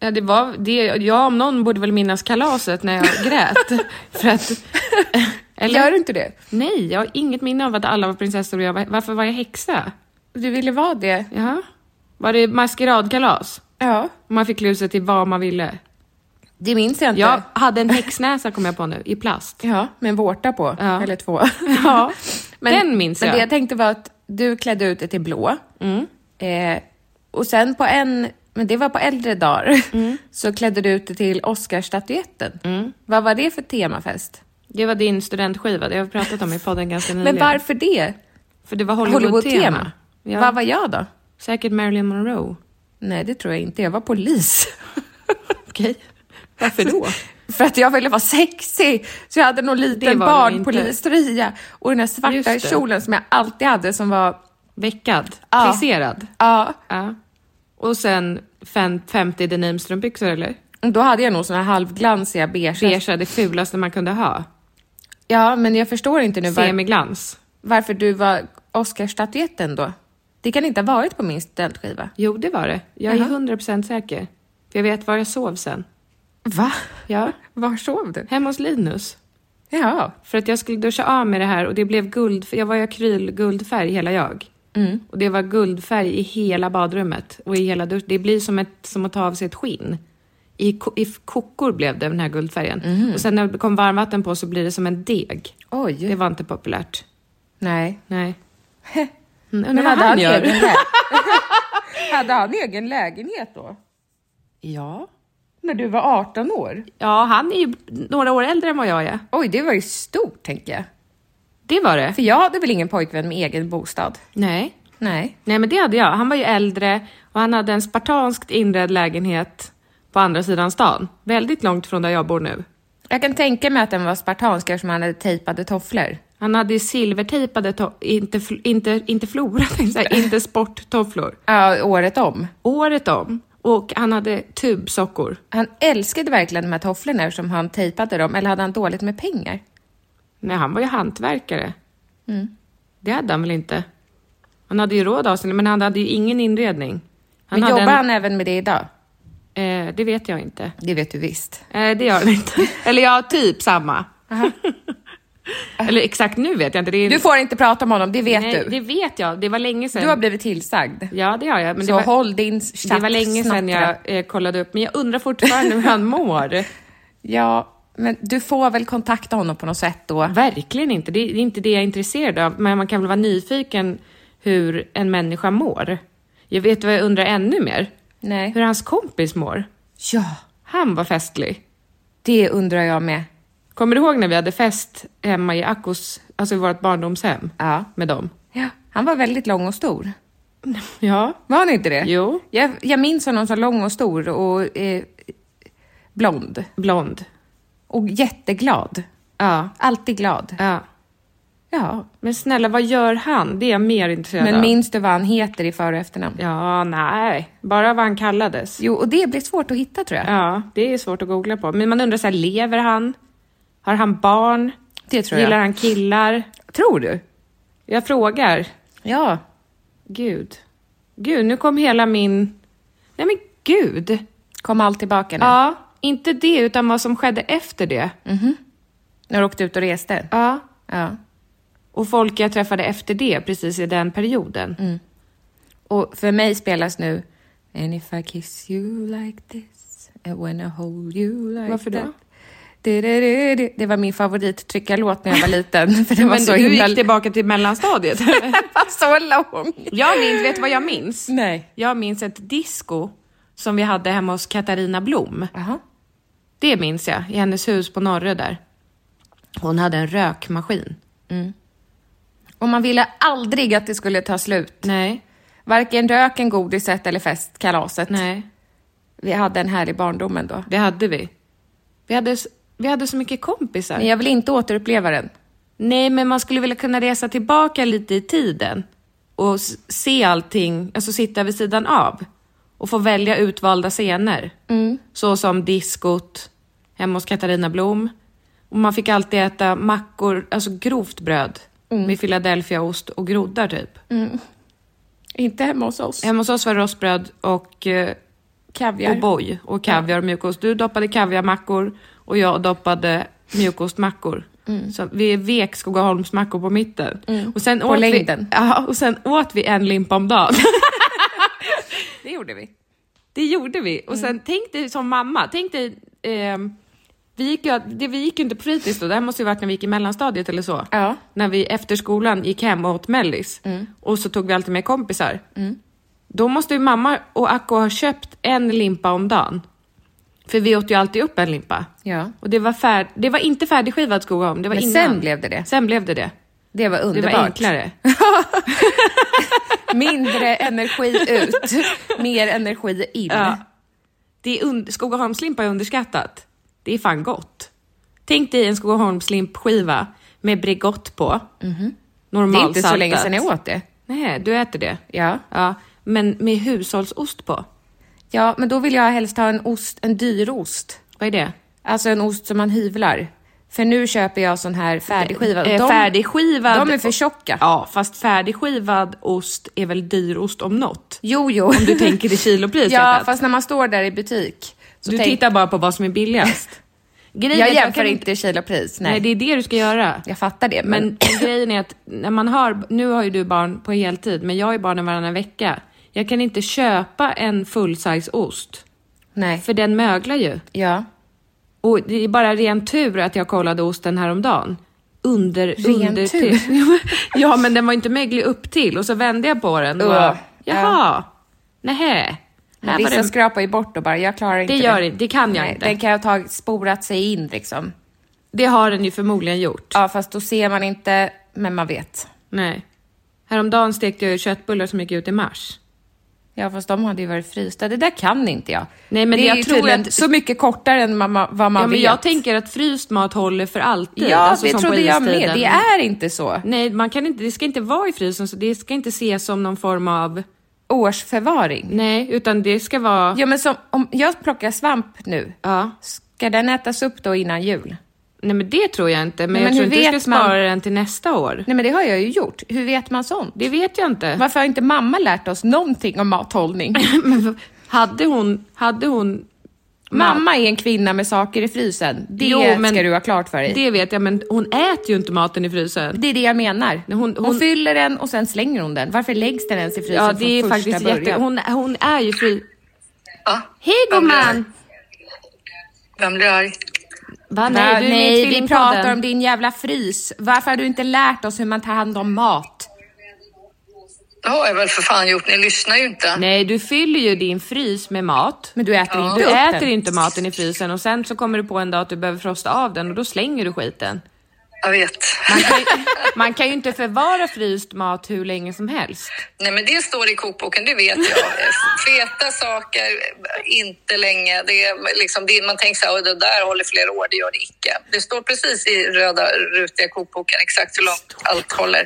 Speaker 2: Ja, det var, det, jag om någon borde väl minnas kalaset när jag grät. för att, eller,
Speaker 3: Gör du inte det?
Speaker 2: Nej, jag har inget minne av att alla var prinsessor och jag var, Varför var jag häxa?
Speaker 3: Du ville vara det.
Speaker 2: Jaha. Var det maskeradkalas?
Speaker 3: Ja.
Speaker 2: Man fick klä ut sig till vad man ville.
Speaker 3: Det minns jag inte.
Speaker 2: Jag hade en häxnäsa kom jag på nu, i plast.
Speaker 3: Ja, med en vårta på.
Speaker 2: Ja.
Speaker 3: Eller två.
Speaker 2: Ja. Den minns
Speaker 3: men
Speaker 2: jag. Mm.
Speaker 3: Men det jag tänkte var att du klädde ut dig till blå. Eh, och sen på en, men det var på äldre dagar,
Speaker 2: Mm.
Speaker 3: så klädde du ut dig till Oscarsstatyetten. Vad var det för temafest?
Speaker 2: Det var din studentskiva, det har vi pratat om i podden ganska nyligen.
Speaker 3: Men varför det?
Speaker 2: För det var Hollywood-tema.
Speaker 3: Hollywood-tema?
Speaker 2: ja.
Speaker 3: Vad var jag då?
Speaker 2: Säkert Marilyn Monroe.
Speaker 3: Nej, det tror jag inte. Jag var polis.
Speaker 2: Okej. Varför då?
Speaker 3: För att jag ville vara sexig. Så jag hade någon
Speaker 2: Det
Speaker 3: liten
Speaker 2: var du
Speaker 3: barnpolistrya och den här
Speaker 2: Just
Speaker 3: svarta
Speaker 2: det.
Speaker 3: kjolen som jag alltid hade som var...
Speaker 2: Veckad?
Speaker 3: Ja.
Speaker 2: Friserad?
Speaker 3: Ja,
Speaker 2: Ja. Och sen fem, 50 denimstrumpbyxor eller?
Speaker 3: då hade jag nog såna här halvglansiga beige.
Speaker 2: Beige, det fulaste man kunde ha.
Speaker 3: Ja, men jag förstår inte nu var,
Speaker 2: Semiglans.
Speaker 3: varför du var Oscarsstatyetten då. Det kan inte ha varit på min studentskiva.
Speaker 2: Jo, det var det. Jag är
Speaker 3: Jaha.
Speaker 2: 100% säker. För jag vet var jag sov sen.
Speaker 3: Va?
Speaker 2: Ja.
Speaker 3: Var sov du?
Speaker 2: Hemma hos Linus.
Speaker 3: Ja.
Speaker 2: För att jag skulle duscha av med det här och det blev guld, för jag var ju akrylguldfärg hela jag.
Speaker 3: Mm.
Speaker 2: Och det var guldfärg i hela badrummet och i hela duschen. Det blir som, ett, som att ta av sig ett skinn. I, ko- i f- kokor blev det den här guldfärgen.
Speaker 3: Mm.
Speaker 2: Och sen när det kom varmvatten på så blir det som en deg.
Speaker 3: Oj.
Speaker 2: Det var inte populärt.
Speaker 3: Nej.
Speaker 2: Nej. Mm,
Speaker 3: Men hade han, egen lä- hade han egen lägenhet då?
Speaker 2: Ja.
Speaker 3: När du var 18 år?
Speaker 2: Ja, han är ju några år äldre än vad jag är.
Speaker 3: Oj, det var ju stort tänker jag.
Speaker 2: Det var det.
Speaker 3: För jag hade väl ingen pojkvän med egen bostad?
Speaker 2: Nej.
Speaker 3: Nej.
Speaker 2: Nej, men det hade jag. Han var ju äldre och han hade en spartanskt inredd lägenhet på andra sidan stan. Väldigt långt från där jag bor nu.
Speaker 3: Jag kan tänka mig att den var spartansk eftersom han hade tejpade tofflor.
Speaker 2: Han hade ju silvertejpade, to- inte, fl- inte, inte flora, tänkte jag säga, inte sporttofflor.
Speaker 3: Ja, året om.
Speaker 2: Året om. Och han hade tubsockor.
Speaker 3: Han älskade verkligen de här tofflorna eftersom han tejpade dem, eller hade han dåligt med pengar?
Speaker 2: Nej, han var ju hantverkare.
Speaker 3: Mm.
Speaker 2: Det hade han väl inte? Han hade ju råd av sig, men han hade ju ingen inredning. Han
Speaker 3: Men
Speaker 2: hade
Speaker 3: jobbar
Speaker 2: en-
Speaker 3: han även med det idag?
Speaker 2: Eh, det vet jag inte.
Speaker 3: Det vet du visst.
Speaker 2: Eh, det gör han inte. Eller ja, typ samma. Eller exakt nu vet jag inte. Det är...
Speaker 3: Du får inte prata om honom, det vet
Speaker 2: Nej,
Speaker 3: du.
Speaker 2: det vet jag. Det var länge sedan.
Speaker 3: Du har blivit tillsagd.
Speaker 2: Ja, det har jag. Men det
Speaker 3: Så
Speaker 2: var...
Speaker 3: håll din chatt
Speaker 2: Det var länge sedan jag eh, kollade upp, men jag undrar fortfarande hur han mår.
Speaker 3: Ja, men du får väl kontakta honom på något sätt då?
Speaker 2: Verkligen inte. Det är inte det jag är intresserad av, men man kan väl vara nyfiken hur en människa mår. Jag vet vad jag undrar ännu mer.
Speaker 3: Nej.
Speaker 2: Hur hans kompis mår.
Speaker 3: Ja,
Speaker 2: Han var festlig.
Speaker 3: det undrar jag med.
Speaker 2: Kommer du ihåg när vi hade fest hemma i Akos, alltså i vårt barndomshem?
Speaker 3: Ja.
Speaker 2: Med dem?
Speaker 3: Ja, han var väldigt lång och stor.
Speaker 2: Ja.
Speaker 3: Var han inte det?
Speaker 2: Jo.
Speaker 3: Jag, jag minns honom som lång och stor och eh, blond.
Speaker 2: Blond.
Speaker 3: Och jätteglad.
Speaker 2: Ja.
Speaker 3: Alltid glad.
Speaker 2: ja.
Speaker 3: Ja.
Speaker 2: Men snälla, vad gör han? Det är jag mer intresserad
Speaker 3: Men
Speaker 2: av.
Speaker 3: minns du vad han heter i för och efternamn?
Speaker 2: Ja, nej. Bara vad han kallades.
Speaker 3: Jo, och det blir svårt att hitta tror jag.
Speaker 2: Ja, det är svårt att googla på. Men man undrar så här, lever han? Har han barn?
Speaker 3: Det tror
Speaker 2: Gillar
Speaker 3: jag.
Speaker 2: han killar?
Speaker 3: Tror du?
Speaker 2: Jag frågar.
Speaker 3: Ja.
Speaker 2: Gud. Gud, nu kom hela min... Nej men gud!
Speaker 3: Kom allt tillbaka nu.
Speaker 2: Ja, inte det, utan vad som skedde efter det.
Speaker 3: Mhm. När du åkte ut och reste?
Speaker 2: Ja.
Speaker 3: Ja.
Speaker 2: Och folk jag träffade efter det, precis i den perioden.
Speaker 3: Mm. Och för mig spelas nu And if I kiss you like this and when I hold you like
Speaker 2: Varför då?
Speaker 3: that. Du, du, du, du. Det var min favorittryckarlåt när jag var liten. För den var
Speaker 2: Men
Speaker 3: så
Speaker 2: du
Speaker 3: himla...
Speaker 2: gick tillbaka till mellanstadiet?
Speaker 3: Den var så lång.
Speaker 2: jag minns, vet du vad jag minns?
Speaker 3: Nej.
Speaker 2: Jag minns ett disco som vi hade hemma hos Katarina Blom.
Speaker 3: Jaha.
Speaker 2: Det minns jag, i hennes hus på Norre där. Hon hade en rökmaskin.
Speaker 3: Och man ville aldrig att det skulle ta slut.
Speaker 2: Nej,
Speaker 3: Varken röken, godiset eller festkalaset.
Speaker 2: nej,
Speaker 3: Vi hade en härlig barndom ändå.
Speaker 2: det hade vi. Vi hade, s- vi hade så mycket kompisar.
Speaker 3: Men jag vill inte återuppleva den.
Speaker 2: Nej, men man skulle vilja kunna resa tillbaka lite i tiden och s- se allting, alltså sitta vid sidan av och få välja Mm. utvalda scener. Så som diskot hemma hos Katarina Blom Och man fick alltid äta mackor, alltså grovt bröd med Philadelphiaost och groddar typ.
Speaker 3: Inte hemma hos oss.
Speaker 2: Hemma hos oss var det rostbröd och eh,
Speaker 3: Kaviar.
Speaker 2: O'boy och kaviar och mjukost. Du doppade kaviarmackor och jag doppade mjukostmackor. Så vi vek Skogaholmsmackor på mitten. Och sen åt
Speaker 3: längden.
Speaker 2: Vi, ja, och sen åt vi en limpa om dagen.
Speaker 3: Det gjorde vi.
Speaker 2: Det gjorde vi. Och
Speaker 3: Mm.
Speaker 2: sen tänk dig som mamma, tänk dig... ehm, vi gick, ju, det, vi gick ju inte på fritids då, det här måste ju varit när vi gick i mellanstadiet eller så.
Speaker 3: Ja. Mm.
Speaker 2: När vi efter skolan gick hem och åt mellis. Och så tog vi alltid med kompisar. Då måste ju mamma och Akko ha köpt en limpa om dagen. För vi åt ju alltid upp en limpa.
Speaker 3: Ja.
Speaker 2: Och det var, fär, det var inte färdigskivad Skogaholm, det var
Speaker 3: Men
Speaker 2: innan.
Speaker 3: sen blev det det.
Speaker 2: Sen blev det det.
Speaker 3: Det var
Speaker 2: Det
Speaker 3: underbart.
Speaker 2: var enklare.
Speaker 3: Mindre energi ut, mer energi in.
Speaker 2: Ja. Det är und- Skogaholmslimpa är underskattat. Det är fan gott. Tänk dig en Skogaholmslimpskiva med Bregott på. mm
Speaker 3: Mhm. Det är inte så länge sedan jag åt det.
Speaker 2: Nej, du äter det?
Speaker 3: Ja.
Speaker 2: ja. Men med hushållsost på.
Speaker 3: Ja, men då vill jag helst ha en ost, en dyr ost.
Speaker 2: Vad är det?
Speaker 3: Alltså en ost som man hyvlar. För nu köper jag sån här färdigskivad.
Speaker 2: Eh, färdigskivad.
Speaker 3: de är för tjocka.
Speaker 2: Ja, fast färdigskivad ost är väl dyrost om något?
Speaker 3: Jo, jo.
Speaker 2: Om du tänker i kilopris.
Speaker 3: Ja,
Speaker 2: hjärtat.
Speaker 3: fast när man står där i butik. Så
Speaker 2: du
Speaker 3: tänk-
Speaker 2: tittar bara på vad som är billigast. Grejen är
Speaker 3: Jag
Speaker 2: att
Speaker 3: jämför
Speaker 2: kan
Speaker 3: inte kilopris, nej.
Speaker 2: Nej, det är det du ska göra.
Speaker 3: Jag fattar det, men...
Speaker 2: Men grejen är att när man har, nu har ju du barn på heltid, men jag har ju barnen varannan vecka. Jag kan inte köpa en full-size ost,
Speaker 3: Nej.
Speaker 2: för den möglar ju.
Speaker 3: Ja.
Speaker 2: Och det är bara ren tur att jag kollade osten häromdagen. Under,
Speaker 3: Ren
Speaker 2: under
Speaker 3: tur?
Speaker 2: ja, men den var inte möglig upp till och så vände jag på den och
Speaker 3: Ugh.
Speaker 2: bara, jaha, nähä.
Speaker 3: Men
Speaker 2: Här var
Speaker 3: vissa
Speaker 2: den,
Speaker 3: skrapar ju bort och bara, jag klarar inte
Speaker 2: det
Speaker 3: det.
Speaker 2: gör inte, det kan jag
Speaker 3: Nej,
Speaker 2: inte.
Speaker 3: den kan jag ha tagit- sporat sig in liksom.
Speaker 2: Det har den ju förmodligen gjort.
Speaker 3: Ja, fast då ser man inte, men man vet.
Speaker 2: Nej. Häromdagen stekte jag ju köttbullar som gick ut i mars.
Speaker 3: Ja, fast de hade ju varit frysta. Det där kan inte jag.
Speaker 2: Nej, men
Speaker 3: det
Speaker 2: jag
Speaker 3: är ju
Speaker 2: tror
Speaker 3: tydligen
Speaker 2: att-
Speaker 3: så mycket kortare än man, man- vad man
Speaker 2: ja, men
Speaker 3: vet.
Speaker 2: jag tänker att fryst mat håller för alltid.
Speaker 3: Ja,
Speaker 2: alltså
Speaker 3: det
Speaker 2: som på
Speaker 3: trodde jag med.
Speaker 2: istiden.
Speaker 3: Det är inte så.
Speaker 2: Nej, man kan inte, det ska inte vara i frysen, så det ska inte ses som någon form av...
Speaker 3: Årsförvaring.
Speaker 2: Nej, utan det ska vara...
Speaker 3: Ja, men som, om jag plockar svamp nu,
Speaker 2: Ja.
Speaker 3: ska den ätas upp då innan jul?
Speaker 2: Nej, men det tror jag inte. Men,
Speaker 3: Nej,
Speaker 2: jag
Speaker 3: men
Speaker 2: tror
Speaker 3: hur
Speaker 2: inte du ska
Speaker 3: vet
Speaker 2: spara
Speaker 3: man-
Speaker 2: den till nästa år.
Speaker 3: Nej, men det har jag ju gjort. Hur vet man sånt?
Speaker 2: Det vet jag inte.
Speaker 3: Varför har inte mamma lärt oss någonting om mathållning?
Speaker 2: Men v- hade hon... Hade hon...
Speaker 3: mamma är en kvinna med saker i frysen. Det
Speaker 2: Jo, men-
Speaker 3: ska du ha klart för dig. Det,
Speaker 2: Det vet jag, men hon äter ju inte maten i frysen.
Speaker 3: är det jag menar.
Speaker 2: Nej, hon-
Speaker 3: hon,
Speaker 2: hon-
Speaker 3: fyller den och sen slänger hon den. Varför läggs den ens i frysen
Speaker 2: Ja, det är
Speaker 3: från första
Speaker 2: faktiskt jätte...
Speaker 3: början?
Speaker 2: Hon, hon är ju fri...
Speaker 7: Ja.
Speaker 2: Hej gumman!
Speaker 7: Vem blir arg?
Speaker 2: Va,
Speaker 3: Nej,
Speaker 2: du är med i
Speaker 3: nej vi
Speaker 2: Tvillingpodden.
Speaker 3: pratar om din jävla frys. Varför har du inte lärt oss hur man tar hand om mat?
Speaker 7: Det har jag väl för fan gjort. Ni lyssnar ju inte.
Speaker 2: Nej, du fyller ju din frys med mat.
Speaker 3: Men du äter inte
Speaker 2: Du
Speaker 3: upp
Speaker 2: äter
Speaker 3: den.
Speaker 2: inte maten i frysen och sen så kommer du på en dag att du behöver frosta av den och då slänger du skiten.
Speaker 7: Jag vet.
Speaker 2: Man kan ju, man kan ju inte förvara fryst mat hur länge som helst.
Speaker 7: Nej, men det står i kokboken, det vet jag. Feta saker, inte länge. Det är liksom, det, man tänker så här, "Åh, det där håller flera år, det gör det icke. Det står precis i röda rutiga kokboken exakt hur långt allt håller.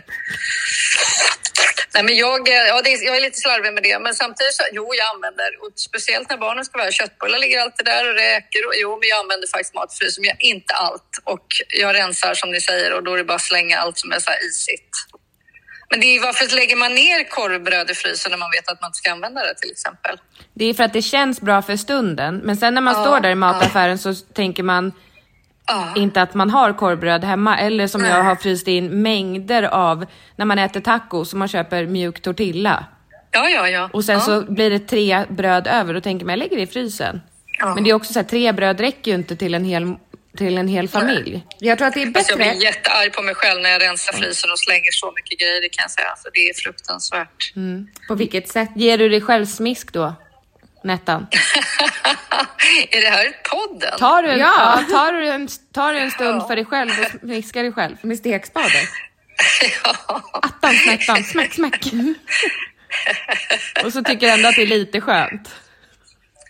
Speaker 7: Nej, men jag, eh, ja, det, är- jag är lite slarvig med det, men samtidigt så, jo, jag använder, och speciellt när barnen ska vara här, köttbullar ligger alltid där och räkor. Och, jo, men jag använder faktiskt matfrys, men jag inte allt. Och jag rensar som ni säger och då är det bara att slänga allt som är så här isigt. Men det är, ju- varför lägger man ner korvbröd i frysen när man vet att man inte ska använda det till exempel?
Speaker 2: Det är för att det känns bra för stunden, men sen när man står där i mataffären så tänker man inte att man har korvbröd hemma eller som jag har fryst in mängder av när man äter tacos och man köper mjuk tortilla.
Speaker 7: Ja, ja, ja.
Speaker 2: Och sen
Speaker 7: ja.
Speaker 2: så blir det tre bröd över och tänker man jag lägger det i frysen.
Speaker 7: Ja.
Speaker 2: Men det är också så här, tre bröd räcker ju inte till en hel, till en hel familj.
Speaker 3: Jag tror att det är
Speaker 7: Alltså, jag
Speaker 3: bättre...
Speaker 7: blir jättearg på mig själv när jag rensar frysen och slänger så mycket grejer, det kan jag säga. Alltså, det är fruktansvärt.
Speaker 3: Mm.
Speaker 2: På vilket sätt? Ger du dig själv smisk då? Nettan.
Speaker 7: är det här podden?
Speaker 2: Tar du en, ja.
Speaker 3: Ja.
Speaker 2: tar du en, tar du en stund för dig själv och smiskar dig själv?
Speaker 3: Med stekspaden.
Speaker 2: Attan, snättan, smäck, smäck. och så tycker jag ändå att det är lite skönt.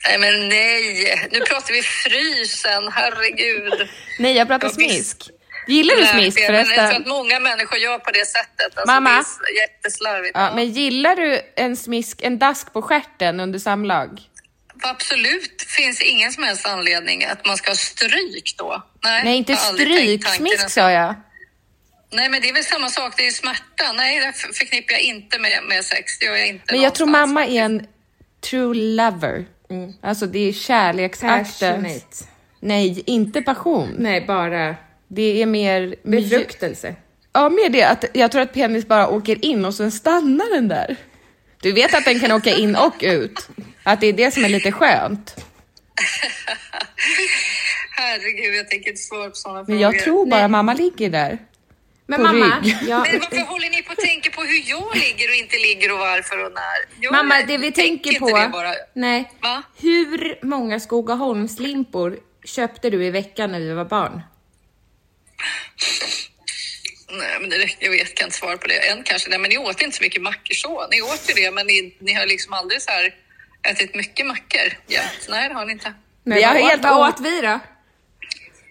Speaker 7: Nej, men nej. Nu pratar vi frysen, herregud.
Speaker 2: Nej, jag pratar
Speaker 7: Ja, visst.
Speaker 2: smisk. Gillar du
Speaker 7: Nej,
Speaker 2: smisk
Speaker 7: men Jag tror
Speaker 2: förresten?
Speaker 7: att många människor gör på det sättet. Alltså,
Speaker 2: Mamma?
Speaker 7: Det är så jätteslarvigt.
Speaker 2: Ja, men gillar du en smisk, en dask på stjärten under samlag?
Speaker 7: absolut finns ingen som helst anledning att man ska ha stryk då. Nej,
Speaker 3: Nej, inte
Speaker 7: jag har aldrig tänkt tanken
Speaker 3: stryksmisk
Speaker 7: att-
Speaker 3: sa jag.
Speaker 7: Nej, men det är väl samma sak. Det är ju smärta. Nej, det f- förknippar jag inte med, med sex. Det gör jag inte
Speaker 3: Men jag tror
Speaker 7: någonstans.
Speaker 3: mamma är en true lover. Alltså det är kärleksakten.
Speaker 6: Passionate.
Speaker 3: Nej, inte passion.
Speaker 6: Nej, bara
Speaker 3: Det är mer...
Speaker 6: befruktelse.
Speaker 3: Ja, mer det att jag tror att penis bara åker in och sen stannar den där. Du vet att den kan åka in och ut. Att det är det som är lite skönt.
Speaker 7: Herregud, jag tänker inte svara på sådana
Speaker 3: Men
Speaker 7: frågor.
Speaker 3: jag tror bara mamma ligger där.
Speaker 2: Men
Speaker 3: På
Speaker 2: mamma,
Speaker 3: rygg.
Speaker 2: jag,
Speaker 7: Men varför håller ni på och tänker på hur jag ligger och inte ligger och varför och när? Jag
Speaker 6: Mamma, det vi tänker
Speaker 7: inte
Speaker 6: på...
Speaker 7: Det bara.
Speaker 6: Nej.
Speaker 7: Va?
Speaker 6: Hur många Skogaholmslimpor köpte du i veckan när vi var barn?
Speaker 7: Nej, men det räcker. Jag vet, kan inte svara på det. Än kanske. Nej, men ni åt inte så mycket mackor så. Ni åt ju det, men ni, ni har liksom aldrig så här ätit mycket mackor jämt. Nej, det har ni inte.
Speaker 6: Men
Speaker 3: Vi har
Speaker 6: vad åt-
Speaker 3: helt
Speaker 6: vad
Speaker 3: o-
Speaker 6: åt vi då?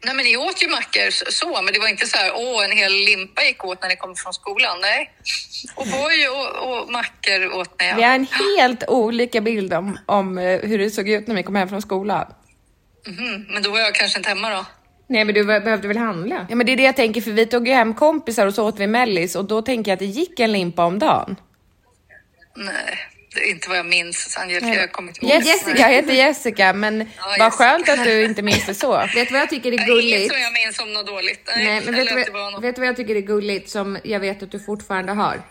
Speaker 7: Nej, men ni åt ju mackor s- så, men det var inte så här, åh, en hel limpa gick åt när ni kom från skolan. Nej. Och boy och, och mackor åt ni.
Speaker 3: Vi har en helt olika bild om, om eh, hur det såg ut när vi kom hem från skolan.
Speaker 7: Mhm, men då var jag kanske inte hemma då.
Speaker 6: Nej, men du var- behövde väl handla?
Speaker 3: Ja men det är det jag tänker för vi tog ju hem kompisar och så åt vi mellis och då tänker jag att det gick en limpa om dagen.
Speaker 7: Nej, det är inte vad jag minns, Angelica. Jag kommer inte ihåg.
Speaker 3: Yes, Jessica, jag heter Jessica men vad
Speaker 7: Jessica.
Speaker 3: skönt att du inte minns det så.
Speaker 6: Vet du vad jag tycker är
Speaker 7: Nej, Inget
Speaker 6: gulligt?
Speaker 7: som jag minns som något dåligt. Nej,
Speaker 6: Nej, men vet
Speaker 7: eller
Speaker 6: du,
Speaker 7: att det var
Speaker 6: vad,
Speaker 7: något.
Speaker 6: vet du vad jag tycker är gulligt som jag vet att du fortfarande har?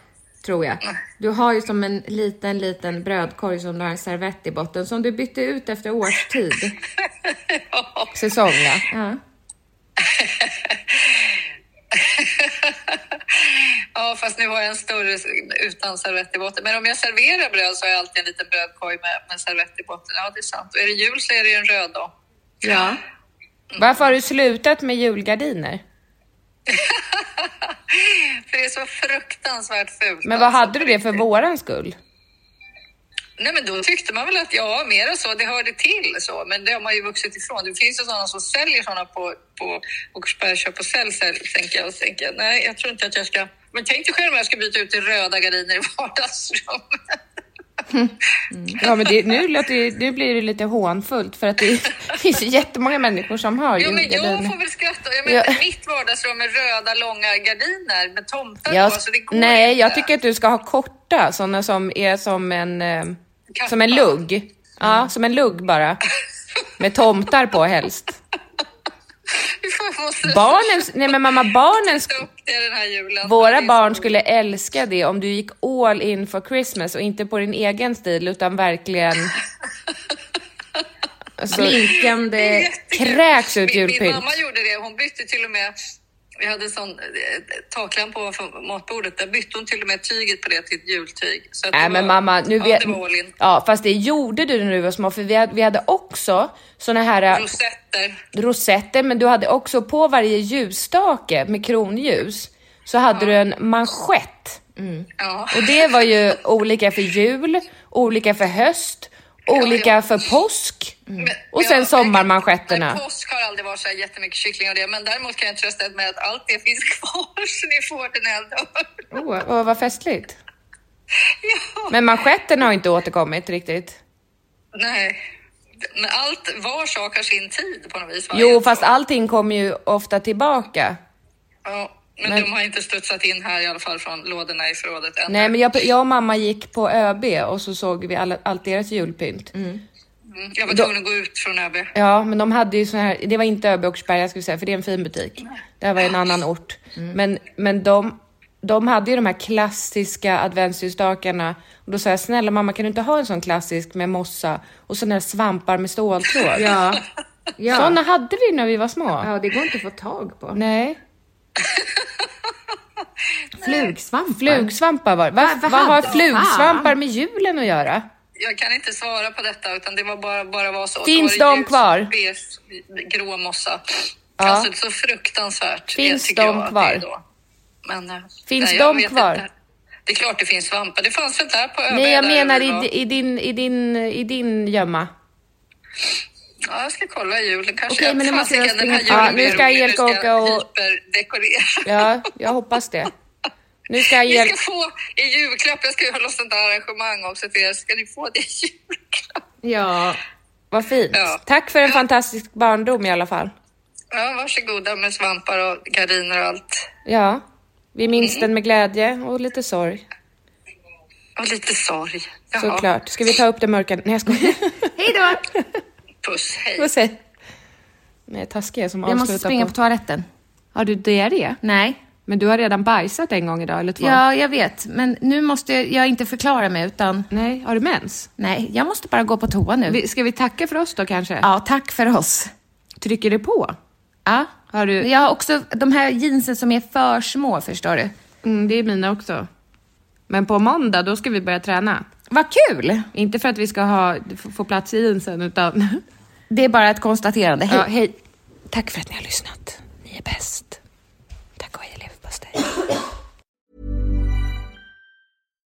Speaker 6: Tror jag. Du har ju som en liten, liten brödkorg som du har en servett i botten som du bytte ut efter årstid.
Speaker 3: Säsong ja.
Speaker 6: Ja.
Speaker 7: ja, fast nu har jag en större s- utan servett i botten. Men om jag serverar bröd så har jag alltid en liten brödkorg med, med servett i botten. Ja, det är sant. Och är det jul så är det ju en röd då.
Speaker 6: ja.
Speaker 3: Varför har du slutat med julgardiner?
Speaker 7: För det är så fruktansvärt fult.
Speaker 3: Men vad
Speaker 7: alltså,
Speaker 3: hade du
Speaker 7: på
Speaker 3: det för
Speaker 7: riktigt.
Speaker 3: våran skull?
Speaker 7: Nej, men då tyckte man väl att ja, mer och så, det hörde till så. Men det har man ju vuxit ifrån. Det finns ju sådana som säljer sådana på, på Åkersberga köp och sälj, sälj, tänker jag. Och så tänker jag. Nej, jag tror inte att jag ska... Men tänk dig själv om jag ska byta ut till röda gardiner i vardagsrummet.
Speaker 3: Ja men det, nu, låter, det- nu blir det lite hånfullt för att det finns ju jättemånga människor som har
Speaker 7: Jo, men jag får
Speaker 3: julgardiner.
Speaker 7: väl skratta. Jag menar,
Speaker 3: Ja.
Speaker 7: mitt vardagsrum är röda långa gardiner med tomtar
Speaker 3: Jag,
Speaker 7: på, så det går
Speaker 3: nej,
Speaker 7: inte.
Speaker 3: jag tycker att du ska ha korta sådana som är som en, eh, som en
Speaker 7: Kappa.
Speaker 3: lugg. Ja, som en lugg bara. Med tomtar på helst.
Speaker 7: Fy fan, jag måste
Speaker 3: Barnens, nej men mamma, barnens,
Speaker 7: sätta upp det den här julen. Ja, det är
Speaker 3: våra
Speaker 7: så
Speaker 3: barn
Speaker 7: roligt.
Speaker 3: skulle älska det om du gick all in for Christmas och inte på din egen stil utan verkligen alltså,
Speaker 7: Det är
Speaker 6: Blinkande...
Speaker 7: jättekul.
Speaker 3: kräks ut
Speaker 7: Min- Min
Speaker 3: julpynt.
Speaker 7: mamma gjorde det. Hon bytte till och med... Vi hade en sån eh, taklampa ovanför matbordet. Där bytte hon till och med tyget på det till ett jultyg. Så att det
Speaker 3: Nej men
Speaker 7: var-
Speaker 3: mamma, nu
Speaker 7: ja,
Speaker 3: vet...
Speaker 7: det var all in.
Speaker 3: Ja, fast det gjorde du när du var små, för vi hade, vi hade också såna här eh,
Speaker 7: Rosetter.
Speaker 3: rosetter, men du hade också på varje ljusstake med kronljus så hade du en manschett.
Speaker 7: Ja.
Speaker 3: Och det var ju olika för jul, olika för höst, olika för påsk
Speaker 7: Mm. Men-
Speaker 3: och sen
Speaker 7: ja,
Speaker 3: sommarmanschetterna.
Speaker 7: men Påsk har aldrig varit så här jättemycket kyckling och det, men däremot kan jag trösta er med att allt det finns kvar så ni får den ändå.
Speaker 3: Åh, åh, vad festligt.
Speaker 7: Ja.
Speaker 3: Men manschetten har inte återkommit riktigt.
Speaker 7: Nej. Men allt, var sak har sin tid på något vis. va?
Speaker 3: Jo, fast allting kommer ju ofta tillbaka.
Speaker 7: Ja, men, de har inte studsat in här i alla fall från lådorna i förrådet än.
Speaker 3: Nej, men jag, jag och mamma gick på ÖB och så såg vi alla, allt deras julpynt.
Speaker 7: Mm, Jag var tvungen att gå ut från ÖB.
Speaker 3: Ja, men de hade ju så här, det var inte Öby Åkersberga skulle jag säga, för det är en fin butik. Det här var en annan ort.
Speaker 6: Mm.
Speaker 3: Men, men de, de hade ju de här klassiska adventsljusstakarna. Och då sa jag, snälla mamma kan du inte ha en sån klassisk med mossa och såna här svampar med ståltråd?
Speaker 6: Ja. Ja.
Speaker 3: Såna hade vi när vi var små.
Speaker 6: ja, det går inte att få tag på.
Speaker 3: Nej.
Speaker 6: Flugsvampar.
Speaker 3: Flugsvampar var Va,
Speaker 6: vad
Speaker 3: Vad har
Speaker 6: hade-
Speaker 3: flugsvampar med julen att göra?
Speaker 7: Jag kan inte svara på detta utan det var bara, bara var så.
Speaker 3: Finns
Speaker 7: Så var det
Speaker 3: de
Speaker 7: ljus,
Speaker 3: kvar?
Speaker 7: Beige, grå mossa. Alltså det är så fruktansvärt.
Speaker 3: Finns
Speaker 7: det tycker
Speaker 3: de
Speaker 7: jag att
Speaker 3: kvar?
Speaker 7: det är då. Men, eh,
Speaker 3: Finns
Speaker 7: nej, jag
Speaker 3: de
Speaker 7: vet
Speaker 3: kvar?
Speaker 7: Inte. Det är klart det finns svampar. Det fanns inte här på ÖB.
Speaker 3: Nej, jag
Speaker 7: där
Speaker 3: menar
Speaker 7: vi
Speaker 3: i,
Speaker 7: var.
Speaker 3: di- i, din, i, din, i din gömma.
Speaker 7: Ja, jag ska kolla i julen kanske.
Speaker 6: Okej, men nu måste jag
Speaker 7: Fasiken, den här
Speaker 6: springa-
Speaker 7: julen
Speaker 3: Ja, nu ska
Speaker 7: blir rolig.
Speaker 3: Angelica
Speaker 7: Nu ska
Speaker 3: åka och-
Speaker 7: hyperdekorera.
Speaker 3: Ja, jag hoppas det. Nu ska jag...
Speaker 7: Ni
Speaker 3: hjäl-
Speaker 7: ska få i julklapp, jag ska göra något sånt där arrangemang också till er, ska ni få det i julklapp?
Speaker 6: Ja. Vad fint.
Speaker 7: Ja.
Speaker 6: Tack för en fantastisk barndom i alla fall.
Speaker 7: Ja, varsågoda med svampar och gardiner och allt.
Speaker 6: Ja, vi minns den med glädje och lite sorg
Speaker 7: Och lite sorg. Jaha.
Speaker 6: såklart. Ska vi ta upp det mörka? Nej, jag skojar.
Speaker 7: Hej då! Puss, hej.
Speaker 6: Vad säger- Nej, taskiga som
Speaker 3: Jag måste
Speaker 6: avslutar
Speaker 3: springa på toaletten.
Speaker 2: Har du diarré?
Speaker 3: Nej.
Speaker 2: Men du har redan bajsat en gång idag eller två?
Speaker 3: Ja, jag vet. Men nu måste jag, jag inte förklara mig utan...
Speaker 2: Nej, har du mens?
Speaker 3: Nej, jag måste bara gå på toa nu.
Speaker 2: Vi- Ska vi tacka för oss då kanske?
Speaker 3: Ja, tack för oss.
Speaker 2: Trycker det på?
Speaker 3: Ja.
Speaker 2: Har du-
Speaker 3: Jag har också de här jeansen som är för små, förstår du.
Speaker 2: Mm, det är mina också. Men på måndag, då ska vi börja träna.
Speaker 3: Vad kul!
Speaker 2: Inte för att vi ska ha, f- få plats i jeansen, utan...
Speaker 3: Det är bara ett konstaterande. Hej.
Speaker 2: ja, hej.
Speaker 3: Tack för att ni har lyssnat. Ni är bäst. Tack och hej leverpastej.